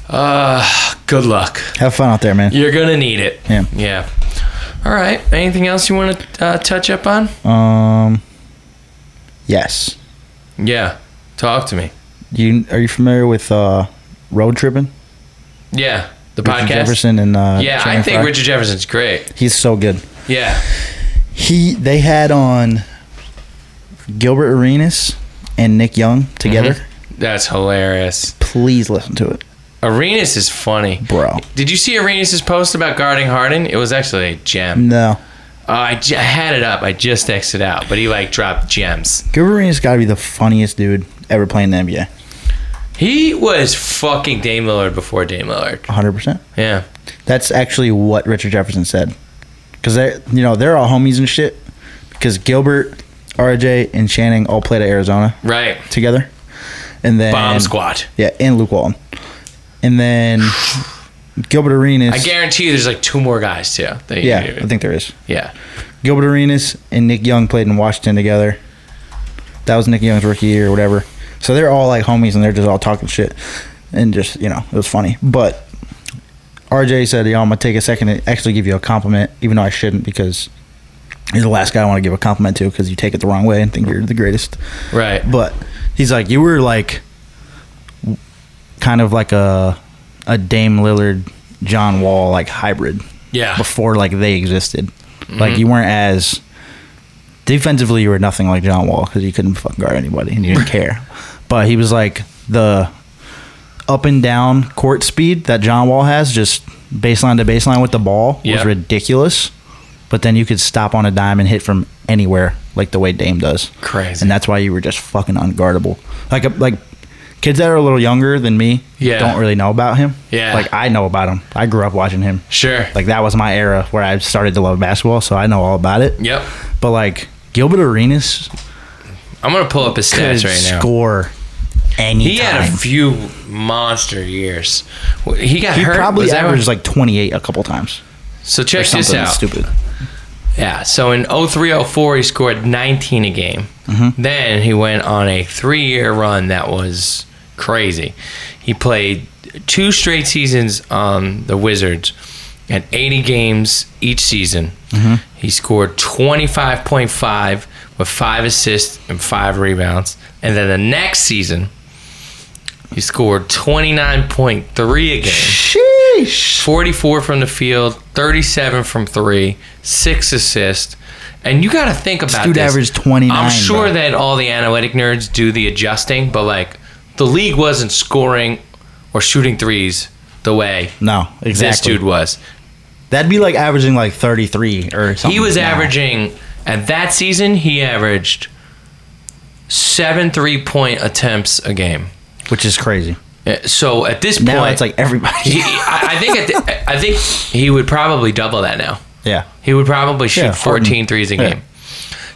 Speaker 1: Uh, good luck.
Speaker 2: Have fun out there, man.
Speaker 1: You're gonna need it.
Speaker 2: Yeah.
Speaker 1: Yeah. All right. Anything else you want to uh, touch up on?
Speaker 2: Um Yes.
Speaker 1: Yeah. Talk to me.
Speaker 2: You are you familiar with uh road tripping?
Speaker 1: Yeah. The
Speaker 2: Richard
Speaker 1: podcast.
Speaker 2: Jefferson and uh
Speaker 1: Yeah, I
Speaker 2: Shannon
Speaker 1: think
Speaker 2: Fry?
Speaker 1: Richard Jefferson's great.
Speaker 2: he's so good.
Speaker 1: Yeah.
Speaker 2: he they had on Gilbert Arenas and Nick Young together.
Speaker 1: Mm-hmm. That's hilarious.
Speaker 2: Please listen to it,
Speaker 1: Arenas is funny.
Speaker 2: bro.
Speaker 1: Did you see Arenas' post about guarding Harden? It was actually a gem.
Speaker 2: No,
Speaker 1: Uh, I, j- I had it up. I just X'd it out, but he like dropped gems.
Speaker 2: Gilbert Arenas got to be the funniest dude ever playing the NBA.
Speaker 1: He was fucking Dame Lillard before Dame Lillard.
Speaker 2: 100. percent
Speaker 1: Yeah.
Speaker 2: That's actually what Richard Jefferson said. Because they, you know, they're all homies and shit. Because Gilbert, RJ, and Channing all played at Arizona
Speaker 1: Right.
Speaker 2: together, and then
Speaker 1: Bomb squad.
Speaker 2: Yeah, and Luke Walton,
Speaker 1: *sighs*
Speaker 2: and then Gilbert Arenas.
Speaker 1: I guarantee you, there's like two more guys too. that you
Speaker 2: yeah,
Speaker 1: can
Speaker 2: I
Speaker 1: do.
Speaker 2: think there is.
Speaker 1: Yeah.
Speaker 2: Gilbert Arenas and Nick Young played in Washington together. That was Nick Young's rookie year or whatever. So they're all like homies and they're just all talking shit. And just, you know, it was funny. But RJ said, yo, I'm going to take a second to actually give you a compliment, even though I shouldn't because you're the last guy I want to give a compliment to because you take it the wrong way and think you're the greatest.
Speaker 1: Right.
Speaker 2: But he's like, you were like w- kind of like a, a Dame Lillard, John Wall like hybrid
Speaker 1: Yeah.
Speaker 2: before like they existed. Like
Speaker 1: Mm-hmm.
Speaker 2: you weren't as defensively, you were nothing like John Wall because you couldn't fucking guard anybody and
Speaker 1: *laughs*
Speaker 2: you didn't care. But he was like the up and down court speed that John Wall has, just baseline to baseline with the ball,
Speaker 1: Yeah.
Speaker 2: was ridiculous. But then you could stop on a dime and hit from anywhere, like the way Dame does.
Speaker 1: Crazy.
Speaker 2: And that's why you were just fucking unguardable. Like like kids that are a little younger than me
Speaker 1: Yeah.
Speaker 2: don't really know about him.
Speaker 1: Yeah.
Speaker 2: Like I know about him. I grew up watching him.
Speaker 1: Sure.
Speaker 2: Like that was my era where I started to love basketball, so I know all about it.
Speaker 1: Yep.
Speaker 2: But like Gilbert Arenas
Speaker 1: I'm gonna pull up his
Speaker 2: could
Speaker 1: stats right now.
Speaker 2: score any
Speaker 1: He had a few monster years. Wh- He got
Speaker 2: He
Speaker 1: hurt.
Speaker 2: probably
Speaker 1: was that
Speaker 2: averaged
Speaker 1: when-
Speaker 2: like 28 a couple times.
Speaker 1: so
Speaker 2: Or
Speaker 1: check this
Speaker 2: something
Speaker 1: out.
Speaker 2: stupid.
Speaker 1: Yeah. So in 0304 he scored 19 a game. Then he went on a three-year run that was crazy. He played two straight seasons on the Wizards and 80 games each season. He scored 25.5 with five assists and five rebounds. And then the next season he scored 29.3 a game.
Speaker 2: Sheesh.
Speaker 1: 44 from the field, 37 from three, six assists. And you got to think about
Speaker 2: dude
Speaker 1: this.
Speaker 2: averaged 29,
Speaker 1: I'm sure
Speaker 2: bro.
Speaker 1: that all the analytic nerds do the adjusting, but like the league wasn't scoring or shooting threes the way
Speaker 2: No,
Speaker 1: this
Speaker 2: exactly.
Speaker 1: dude was.
Speaker 2: That'd be like averaging like 33 or something.
Speaker 1: He was
Speaker 2: now.
Speaker 1: averaging at that season. He averaged seven three point attempts a game.
Speaker 2: which is crazy.
Speaker 1: Uh, So at this
Speaker 2: Now
Speaker 1: point,
Speaker 2: it's like
Speaker 1: he,
Speaker 2: everybody.
Speaker 1: I, I think at the, I think he would probably double that now.
Speaker 2: *laughs* yeah.
Speaker 1: He would probably shoot
Speaker 2: Yeah, Harden.
Speaker 1: 14 threes a
Speaker 2: Yeah.
Speaker 1: game.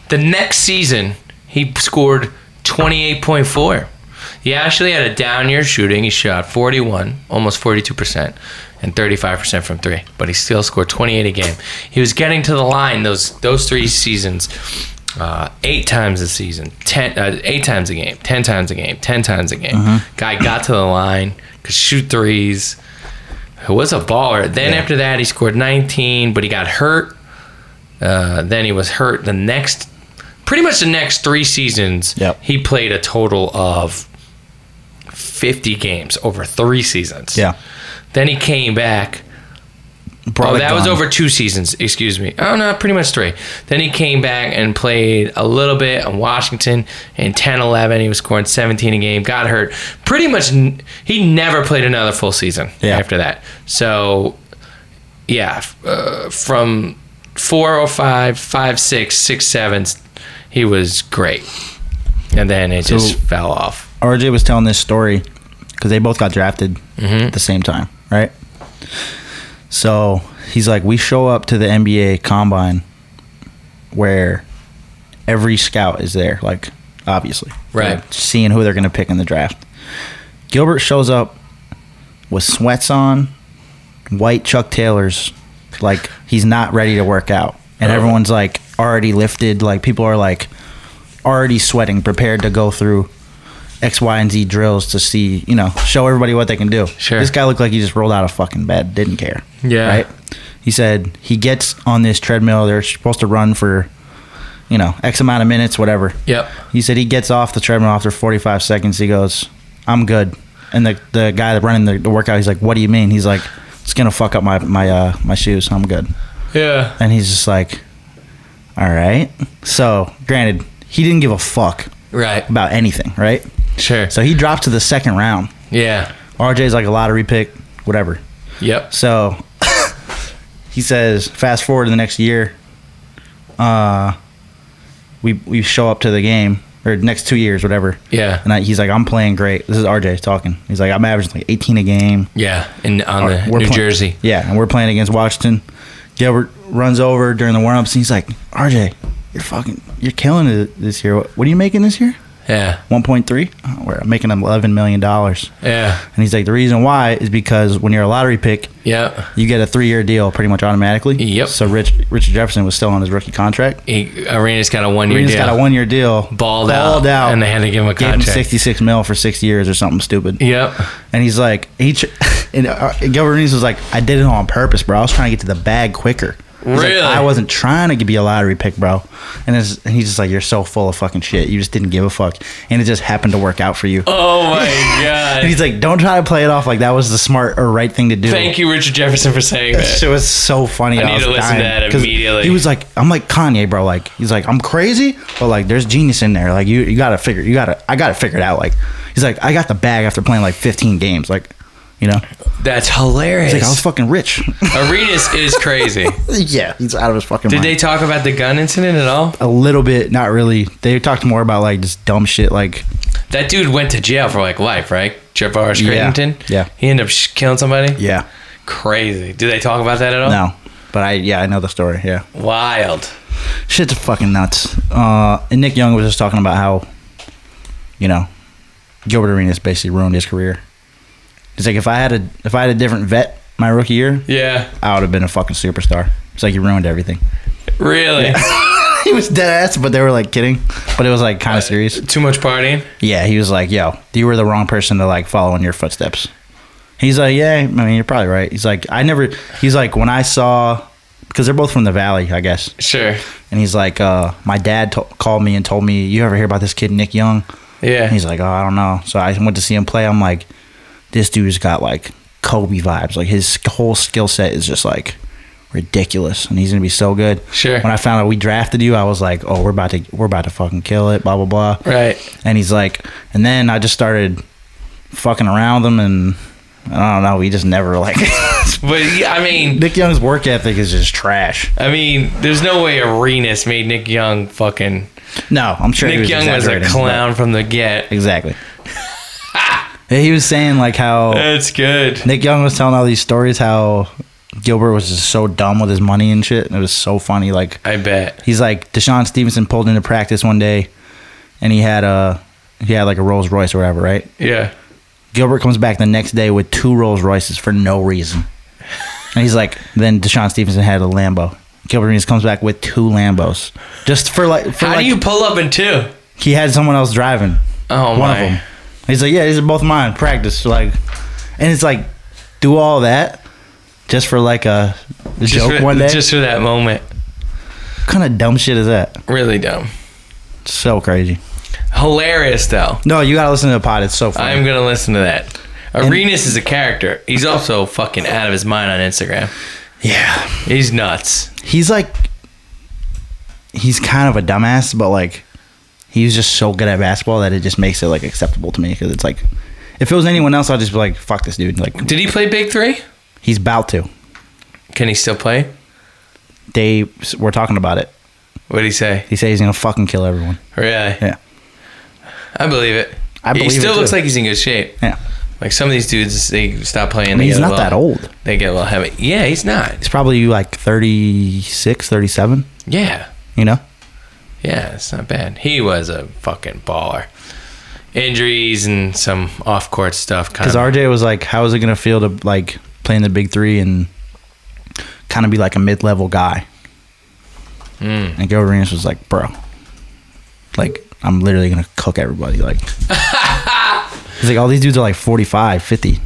Speaker 1: The next season, he scored 28.4. He actually had a down year shooting. He shot 41, almost 42%, and 35% from three, but he still scored 28 a game. He was getting to the line those those three seasons. Uh, eight times a season, ten, uh, eight times a game, ten times a game, ten times a game.
Speaker 2: Mm-hmm.
Speaker 1: Guy got to the line, could shoot threes, who was a baller. Then after that, he scored 19, but he got hurt. Uh, then he was hurt the next, pretty much the next three seasons.
Speaker 2: Yep.
Speaker 1: He played a total of 50 games over three seasons.
Speaker 2: Yeah.
Speaker 1: Then he came back.
Speaker 2: Brought
Speaker 1: oh,
Speaker 2: it
Speaker 1: that was
Speaker 2: down.
Speaker 1: over two seasons. Excuse me. Oh no, pretty much three. Then he came back and played a little bit in Washington in 10, 11. He was scoring 17 a game. Got hurt. Pretty much, n- he never played another full season
Speaker 2: Yeah.
Speaker 1: after that. So, yeah, f- uh, from 405, 56, 67, he was great, and then it just
Speaker 2: So-
Speaker 1: fell off.
Speaker 2: RJ was telling this story because they both got drafted
Speaker 1: Mm-hmm.
Speaker 2: at the same time, right? So he's like, we show up to the NBA combine where every scout is there, like obviously,
Speaker 1: Right.
Speaker 2: Like, seeing who they're going to pick in the draft. Gilbert shows up with sweats on, white Chuck Taylors, like he's not ready to work out, and
Speaker 1: Oh.
Speaker 2: everyone's like already lifted, like people are like already sweating, prepared to go through X, Y, and Z drills to see, you know, show everybody what they can do.
Speaker 1: Sure.
Speaker 2: This guy looked like he just rolled out of fucking bed, didn't care.
Speaker 1: Yeah.
Speaker 2: Right? He said he gets on this treadmill, they're supposed to run for, you know, X amount of minutes, whatever.
Speaker 1: Yep.
Speaker 2: He said he gets off the treadmill after 45 seconds. He goes, I'm good. And the, the guy that running the, the workout, he's like, What do you mean? He's like, It's going to fuck up my, my, uh, my shoes. I'm good.
Speaker 1: Yeah.
Speaker 2: And he's just like, All right. So, granted, he didn't give a fuck
Speaker 1: Right.
Speaker 2: about anything, right?
Speaker 1: Sure.
Speaker 2: So he dropped to the second round.
Speaker 1: Yeah.
Speaker 2: RJ's like a lottery pick, whatever.
Speaker 1: Yep.
Speaker 2: So *coughs* he says, fast forward to the next year, uh, we we show up to the game or next two years, whatever.
Speaker 1: Yeah.
Speaker 2: And I, he's like, I'm playing great. This is RJ talking. He's like, I'm averaging like 18 a game.
Speaker 1: Yeah, in on
Speaker 2: We're
Speaker 1: the New
Speaker 2: playing-
Speaker 1: Jersey.
Speaker 2: Yeah, and we're playing against Washington. Gilbert runs over during the warm ups and he's like, RJ, you're fucking, you're killing it this year. What, what are you making this year?
Speaker 1: Yeah,
Speaker 2: 1.3. Oh, we're making 11 million dollars.
Speaker 1: yeah,
Speaker 2: And he's like, the reason why is because when you're a lottery pick,
Speaker 1: yeah.
Speaker 2: you get a three-year deal pretty much automatically.
Speaker 1: Yep.
Speaker 2: So Rich Richard Jefferson was still on his rookie contract.
Speaker 1: He, Arena's got a one
Speaker 2: He
Speaker 1: year
Speaker 2: just
Speaker 1: deal.
Speaker 2: got a one-year deal.
Speaker 1: Balled out, and they had to give him a
Speaker 2: Gave
Speaker 1: contract.
Speaker 2: him sixty-six mil for six years or something stupid.
Speaker 1: Yep.
Speaker 2: And he's like, he tr- *laughs* and uh, Gilbert Arenas was like, I did it on purpose, bro. I was trying to get to the bag quicker. He's like,
Speaker 1: Really?
Speaker 2: I wasn't trying to be a lottery pick, bro. And, it's, and he's just like, you're so full of fucking shit. You just didn't give a fuck, and it just happened to work out for you.
Speaker 1: Oh
Speaker 2: *laughs*
Speaker 1: my god.
Speaker 2: And he's like, don't try to play it off like that was the smart or right thing to do.
Speaker 1: Thank you, Richard Jefferson, for saying
Speaker 2: That
Speaker 1: that.
Speaker 2: shit was so funny.
Speaker 1: I need
Speaker 2: was
Speaker 1: to listen to that
Speaker 2: 'Cause
Speaker 1: immediately.
Speaker 2: He was like, I'm like Kanye, bro. Like he's like, I'm crazy, but like there's genius in there. Like you, you gotta figure, you gotta, I gotta figure it out. Like he's like, I got the bag after playing like 15 games. Like, you know,
Speaker 1: That's
Speaker 2: like I was
Speaker 1: hilarious.
Speaker 2: fucking rich. *laughs*
Speaker 1: Arenas is crazy.
Speaker 2: yeah, he's out of his fucking.
Speaker 1: Did
Speaker 2: mind.
Speaker 1: they talk about the gun incident at all?
Speaker 2: a little bit? Not really. They talked more about like just dumb shit. Like
Speaker 1: That dude went to jail for like life, right? Javaris
Speaker 2: Yeah.
Speaker 1: Crittenton.
Speaker 2: Yeah.
Speaker 1: He ended up sh- killing somebody.
Speaker 2: Yeah.
Speaker 1: Crazy. Did they talk about that at all?
Speaker 2: No. But I yeah, I know the story. Yeah.
Speaker 1: Wild.
Speaker 2: Shit's fucking nuts. Uh, and Nick Young was just talking about how, you know, Gilbert Arenas basically ruined his career. He's like, if I had a if I had a different vet my rookie year,
Speaker 1: Yeah.
Speaker 2: I would have been a fucking superstar. It's like he ruined everything. *laughs*
Speaker 1: Really.
Speaker 2: he was dead ass, but they were like kidding. But it was like kind of serious.
Speaker 1: Too much partying.
Speaker 2: Yeah, he was like, "Yo, you were the wrong person to like follow in your footsteps." He's like, "Yeah, I mean, you're probably right." He's like, "I never." He's like, "When I saw," because they're both from the valley, I guess.
Speaker 1: Sure.
Speaker 2: And he's like, uh, "My dad to- called me and told me, you ever hear about this kid Nick Young?"
Speaker 1: Yeah.
Speaker 2: And he's like, "Oh, I don't know." So I went to see him play. I'm like, "This dude's got like Kobe vibes. Like his whole skill set is just like." Ridiculous, and he's gonna be so good.
Speaker 1: Sure.
Speaker 2: When I found out we drafted you, I was like, "Oh, we're about to, we're about to fucking kill it." Blah blah blah.
Speaker 1: right.
Speaker 2: And he's like, and then I just started fucking around with him, and I don't know. We just never like. *laughs*
Speaker 1: But yeah, I mean,
Speaker 2: Nick Young's work ethic is just trash.
Speaker 1: I mean, there's no way Arenas made Nick Young fucking.
Speaker 2: No, I'm sure he
Speaker 1: Nick
Speaker 2: was
Speaker 1: Young was a
Speaker 2: exaggerating,
Speaker 1: clown from the get.
Speaker 2: but- Exactly. *laughs* Yeah, he was saying like how
Speaker 1: That's good.
Speaker 2: Nick Young was telling all these stories how Gilbert was just so dumb with his money and shit, and it was so funny. Like
Speaker 1: I bet.
Speaker 2: he's like Deshaun Stevenson pulled into practice one day, and he had a he had like a Rolls Royce or whatever, right?
Speaker 1: Yeah.
Speaker 2: Gilbert comes back the next day with two Rolls Royces for no reason. And he's like, then Deshaun Stevenson had a Lambo. Gilbert Arenas comes back with two Lambos, just for like for
Speaker 1: How
Speaker 2: like
Speaker 1: do you pull up in two?
Speaker 2: he had someone else driving
Speaker 1: Oh
Speaker 2: one
Speaker 1: my.
Speaker 2: of them. He's like, yeah, these are both mine. Practice like, and it's like, do all that just for like a
Speaker 1: Just
Speaker 2: joke
Speaker 1: for,
Speaker 2: one day.
Speaker 1: Just for that moment.
Speaker 2: what kind of dumb shit is that?
Speaker 1: Really dumb.
Speaker 2: So crazy.
Speaker 1: Hilarious though.
Speaker 2: No, you gotta listen to the pod. It's so funny.
Speaker 1: I'm gonna listen to that. Arenas is a character. He's also fucking out of his mind on Instagram.
Speaker 2: yeah.
Speaker 1: He's nuts.
Speaker 2: he's like he's kind of a dumbass but like he's just so good at basketball that it just makes it like acceptable to me because it's like if it was anyone else i'd just be like fuck this dude like
Speaker 1: Did he play Big Three?
Speaker 2: he's about to
Speaker 1: Can he still play?
Speaker 2: they we're talking about it
Speaker 1: What did he say?
Speaker 2: he said he's gonna fucking kill everyone
Speaker 1: Really?
Speaker 2: yeah
Speaker 1: I believe it.
Speaker 2: I
Speaker 1: he
Speaker 2: believe it,
Speaker 1: still looks
Speaker 2: too.
Speaker 1: like he's in good shape.
Speaker 2: yeah
Speaker 1: Like some of these dudes, they stop playing.
Speaker 2: mean,
Speaker 1: they
Speaker 2: he's
Speaker 1: get a
Speaker 2: not that old.
Speaker 1: They get a little heavy. Yeah, he's not.
Speaker 2: he's probably like 36 37
Speaker 1: Yeah,
Speaker 2: you know
Speaker 1: yeah, it's not bad. He was a fucking baller. Injuries and some off-court stuff. Kind
Speaker 2: because
Speaker 1: of.
Speaker 2: rj was like how is it gonna feel to like play in the big three and kind of be like a mid-level guy
Speaker 1: Mm.
Speaker 2: And Gilbert Arenas was like, bro, like, I'm literally going to cook everybody.
Speaker 1: *laughs*
Speaker 2: Like, he's like, all these dudes are like 45, 50.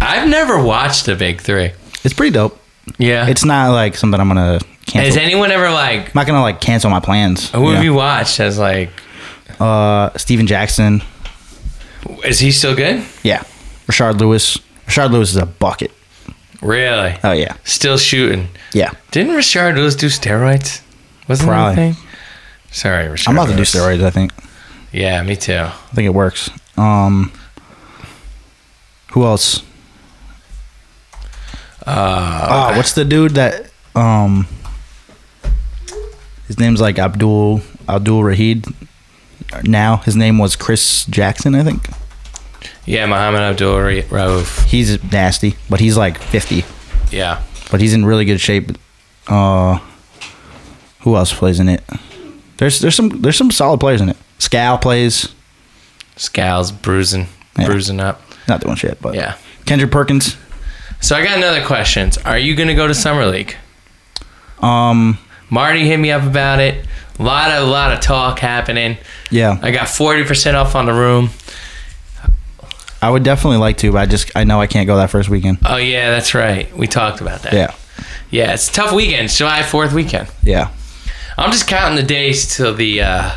Speaker 1: I've never watched the Big Three.
Speaker 2: It's pretty dope.
Speaker 1: Yeah,
Speaker 2: It's not like something I'm going to
Speaker 1: Has
Speaker 2: cancel.
Speaker 1: anyone ever like
Speaker 2: I'm not going to like cancel my plans.
Speaker 1: who have
Speaker 2: you
Speaker 1: you watched as like
Speaker 2: know? uh, Steven Jackson.
Speaker 1: is he still good?
Speaker 2: Yeah. Rashard Lewis. Rashard Lewis is a bucket.
Speaker 1: Really?
Speaker 2: Oh, yeah.
Speaker 1: Still shooting.
Speaker 2: Yeah.
Speaker 1: Didn't Richard Lewis do steroids? Wasn't that a
Speaker 2: Probably.
Speaker 1: thing? Sorry, Richard.
Speaker 2: I'm about to do
Speaker 1: Lewis.
Speaker 2: steroids, I think.
Speaker 1: Yeah, me too.
Speaker 2: I think it works. Um, who else? Uh, what's the dude that um his name's like Abdul Abdul Rahid now his name was Chris Jackson I think
Speaker 1: Yeah, Muhammad Abdul Ra- Rauf.
Speaker 2: he's nasty but he's like 50
Speaker 1: Yeah.
Speaker 2: but he's in really good shape uh who else plays in it there's there's some there's some solid players in it Scal plays
Speaker 1: Scowls bruising,
Speaker 2: Yeah.
Speaker 1: bruising up.
Speaker 2: not doing shit but
Speaker 1: Yeah.
Speaker 2: Kendrick Perkins
Speaker 1: So I got another question. Are you going to go to Summer League?
Speaker 2: um
Speaker 1: Marty hit me up about it. A lot of, lot of talk happening.
Speaker 2: yeah
Speaker 1: I got 40% off on the room.
Speaker 2: I would definitely like to, but I just I know I can't go that first weekend.
Speaker 1: Oh, yeah, that's right. We talked about that.
Speaker 2: Yeah,
Speaker 1: Yeah, it's a tough weekend. It's July 4th weekend.
Speaker 2: yeah.
Speaker 1: I'm just counting the days till the uh,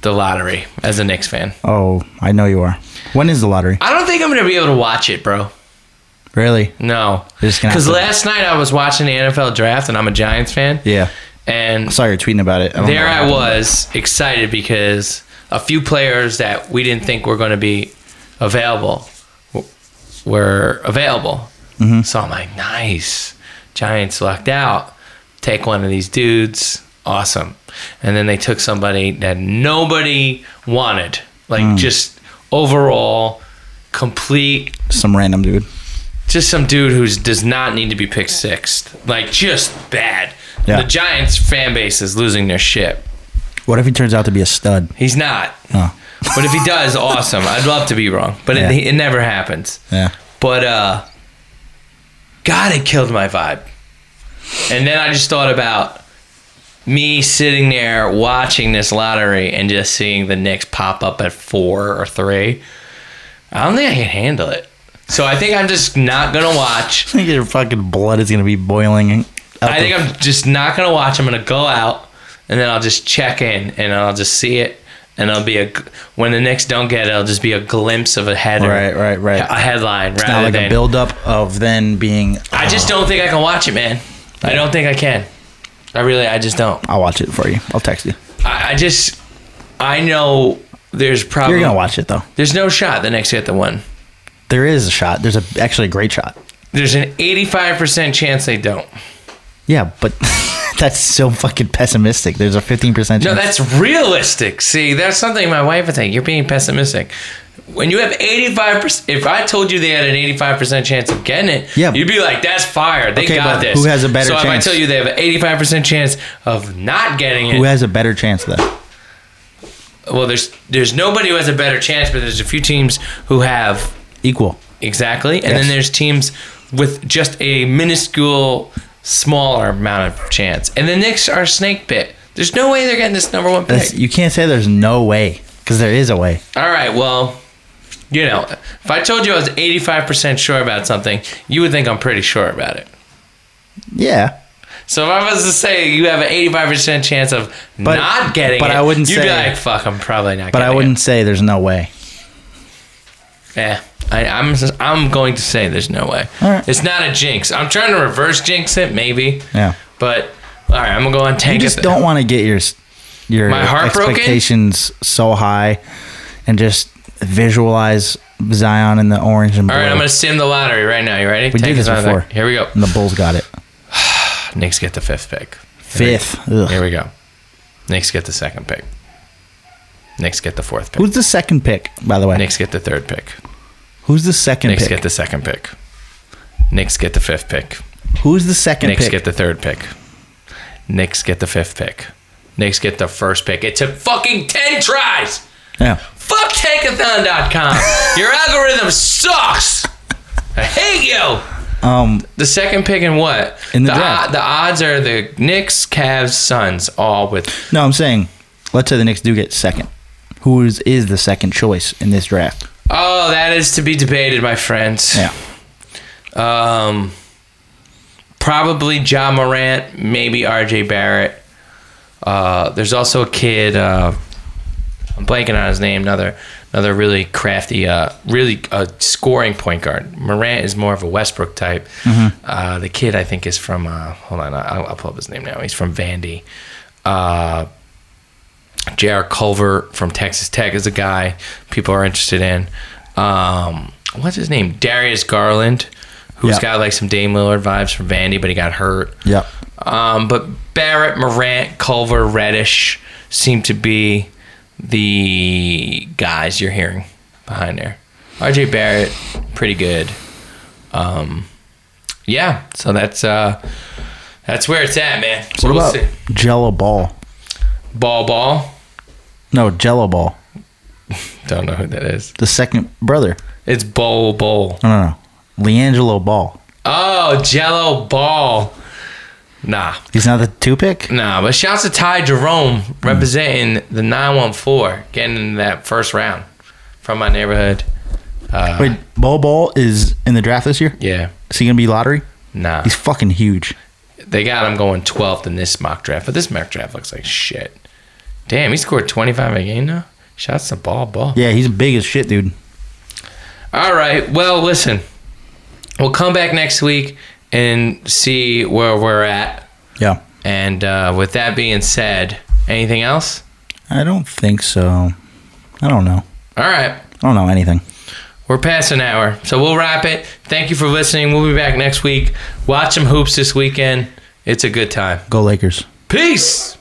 Speaker 1: the lottery as a Knicks fan.
Speaker 2: Oh, I know you are. When is the lottery?
Speaker 1: I don't think I'm gonna be able to watch it, bro.
Speaker 2: Really?
Speaker 1: No,
Speaker 2: You're just gonna
Speaker 1: because
Speaker 2: have to-
Speaker 1: last night I was watching the NFL draft and I'm a Giants fan.
Speaker 2: Yeah.
Speaker 1: and
Speaker 2: I saw you tweeting about it. I don't
Speaker 1: there
Speaker 2: know what
Speaker 1: I
Speaker 2: happened.
Speaker 1: was excited because a few players that we didn't think were going to be available w- were available.
Speaker 2: Mm-hmm.
Speaker 1: So I'm like, nice, Giants lucked out. Take one of these dudes,
Speaker 2: Mm.
Speaker 1: awesome. And then they took somebody that nobody wanted, like just overall, complete,
Speaker 2: Some random dude.
Speaker 1: just some dude who does not need to be picked sixth. Like, just bad.
Speaker 2: Yeah.
Speaker 1: The Giants fan base is losing their shit.
Speaker 2: What if he turns out to be a stud?
Speaker 1: He's not.
Speaker 2: Oh,
Speaker 1: But if he does, awesome. I'd love to be wrong, but
Speaker 2: Yeah.
Speaker 1: it, it never happens.
Speaker 2: yeah.
Speaker 1: But uh God, it killed my vibe. And then I just thought about me sitting there watching this lottery and just seeing the Knicks pop up at four or three. I don't think I can handle it. So I think I'm just not gonna watch.
Speaker 2: think your fucking blood is gonna be boiling. up
Speaker 1: I think I'm just not gonna watch. I'm gonna go out and then I'll just check in and I'll just see it. And it'll be a g- when the Knicks don't get it, it'll just be a glimpse of a header,
Speaker 2: Right, right, right.
Speaker 1: a headline
Speaker 2: It's
Speaker 1: rather
Speaker 2: not like
Speaker 1: than
Speaker 2: a buildup of then being. uh,
Speaker 1: I just don't think I can watch it, man. I don't think I can. I really, I just don't.
Speaker 2: I'll watch it for you. I'll text you.
Speaker 1: I, I just, I know there's probably
Speaker 2: You're gonna watch it though.
Speaker 1: There's no shot the next get the one.
Speaker 2: There is a shot. There's a actually a great shot.
Speaker 1: There's an 85 percent chance they don't.
Speaker 2: Yeah, but *laughs* that's so fucking pessimistic. There's a 15 percent.
Speaker 1: No, that's realistic. See, that's something my wife would think. You're being pessimistic. When you have 85 percent, if I told you they had an 85 percent chance of getting it,
Speaker 2: Yeah.
Speaker 1: you'd be like, "That's fire. They
Speaker 2: Okay,
Speaker 1: got
Speaker 2: but
Speaker 1: this."
Speaker 2: who has a better
Speaker 1: so So if I
Speaker 2: chance?
Speaker 1: tell you they have an 85 percent chance of not getting it,
Speaker 2: Who has a better chance though?
Speaker 1: well there's there's nobody who has a better chance but there's a few teams who have
Speaker 2: Equal.
Speaker 1: exactly and
Speaker 2: Yes.
Speaker 1: then there's teams with just a minuscule smaller amount of chance and the Knicks are snake bit there's no way they're getting this number one pick
Speaker 2: That's, you can't say there's no way because there is a way.
Speaker 1: all right well you know if I told you I was 85% sure about something you would think I'm pretty sure about it
Speaker 2: Yeah.
Speaker 1: so if I was to say you have an 85% chance of
Speaker 2: But-
Speaker 1: not getting
Speaker 2: but
Speaker 1: it
Speaker 2: I wouldn't
Speaker 1: you'd be
Speaker 2: say-
Speaker 1: like fuck I'm probably not
Speaker 2: But
Speaker 1: getting
Speaker 2: I wouldn't say there's no way.
Speaker 1: it yeah I, I'm I'm going to say there's no way
Speaker 2: All right.
Speaker 1: it's not a jinx I'm trying to reverse jinx it maybe
Speaker 2: Yeah.
Speaker 1: But all right, I'm gonna go on
Speaker 2: You
Speaker 1: tank.
Speaker 2: just
Speaker 1: it.
Speaker 2: don't want to get your s- your
Speaker 1: My heart broken?
Speaker 2: expectations so high, and just visualize Zion in the orange and blue.
Speaker 1: All right, I'm gonna sim the lottery right now. You ready?
Speaker 2: We did this
Speaker 1: is on there.
Speaker 2: before.
Speaker 1: Here we go.
Speaker 2: and the Bulls got it.
Speaker 1: Knicks get the fifth pick.
Speaker 2: Fifth. Ugh.
Speaker 1: Here we go. Knicks get the second pick. Knicks get the fourth pick.
Speaker 2: Who's the second pick, by the way?
Speaker 1: Knicks get the third pick.
Speaker 2: Who's the second
Speaker 1: Knicks
Speaker 2: pick?
Speaker 1: get the second pick. Knicks get the fifth pick.
Speaker 2: Who's the second
Speaker 1: Knicks
Speaker 2: pick?
Speaker 1: get the third pick. Knicks get the fifth pick. Knicks get the first pick. It took fucking ten tries.
Speaker 2: yeah.
Speaker 1: Fuck tankathon.com. Your algorithm sucks. I hate you.
Speaker 2: Um,
Speaker 1: The second pick and what?
Speaker 2: In the
Speaker 1: the,
Speaker 2: draft.
Speaker 1: o- the odds are the Knicks, Cavs, Suns, all with.
Speaker 2: no, I'm saying, let's say the Knicks do get second. Who is, is the second choice in this draft?
Speaker 1: Oh, that is to be debated, my friends.
Speaker 2: Yeah.
Speaker 1: Um, probably John Morant, maybe RJ Barrett. Uh, there's also a kid. Uh, I'm blanking on his name. Another, another really crafty, uh, really uh, scoring point guard. Morant is more of a Westbrook type. Uh, the kid I think is from. Uh, hold on, I'll, I'll pull up his name now. He's from Vandy. Uh, J.R. Culver from Texas Tech is a guy people are interested in. Um, what's his name? Darius Garland, who's
Speaker 2: Yeah.
Speaker 1: got like some Dame Lillard vibes from Vandy, but he got hurt.
Speaker 2: Yep.
Speaker 1: Um, but Barrett, Morant, Culver, Reddish seem to be the guys you're hearing behind there. RJ Barrett, pretty good. Um, yeah, so that's uh, that's where it's at, man. So
Speaker 2: What
Speaker 1: we'll
Speaker 2: about
Speaker 1: see.
Speaker 2: Jello Ball?
Speaker 1: Ball Ball?
Speaker 2: No, Jello Ball,
Speaker 1: Don't know who that is.
Speaker 2: the second brother.
Speaker 1: It's Bowl Bowl.
Speaker 2: No, no, no. Leangelo Ball.
Speaker 1: Oh, Jello Ball. Nah,
Speaker 2: He's not the two pick.
Speaker 1: nah. But shouts to Ty Jerome representing the 914, getting in that first round from my neighborhood. Uh,
Speaker 2: Wait, Ball Ball is in the draft this year.
Speaker 1: Yeah,
Speaker 2: Is he gonna be lottery?
Speaker 1: nah.
Speaker 2: He's fucking huge.
Speaker 1: They got him going 12th in this mock draft, but this mock draft looks like shit. Damn, he scored 25 a game now? Shouts to Ball Ball.
Speaker 2: Yeah, he's big as shit, dude.
Speaker 1: All right. Well, listen, we'll come back next week and see where we're at.
Speaker 2: Yeah.
Speaker 1: And uh, with that being said, anything else?
Speaker 2: I don't think so. I don't know.
Speaker 1: All right.
Speaker 2: I don't know anything.
Speaker 1: We're past an hour. So we'll wrap it. Thank you for listening. We'll be back next week. Watch some hoops this weekend. It's a good time.
Speaker 2: Go Lakers.
Speaker 1: Peace.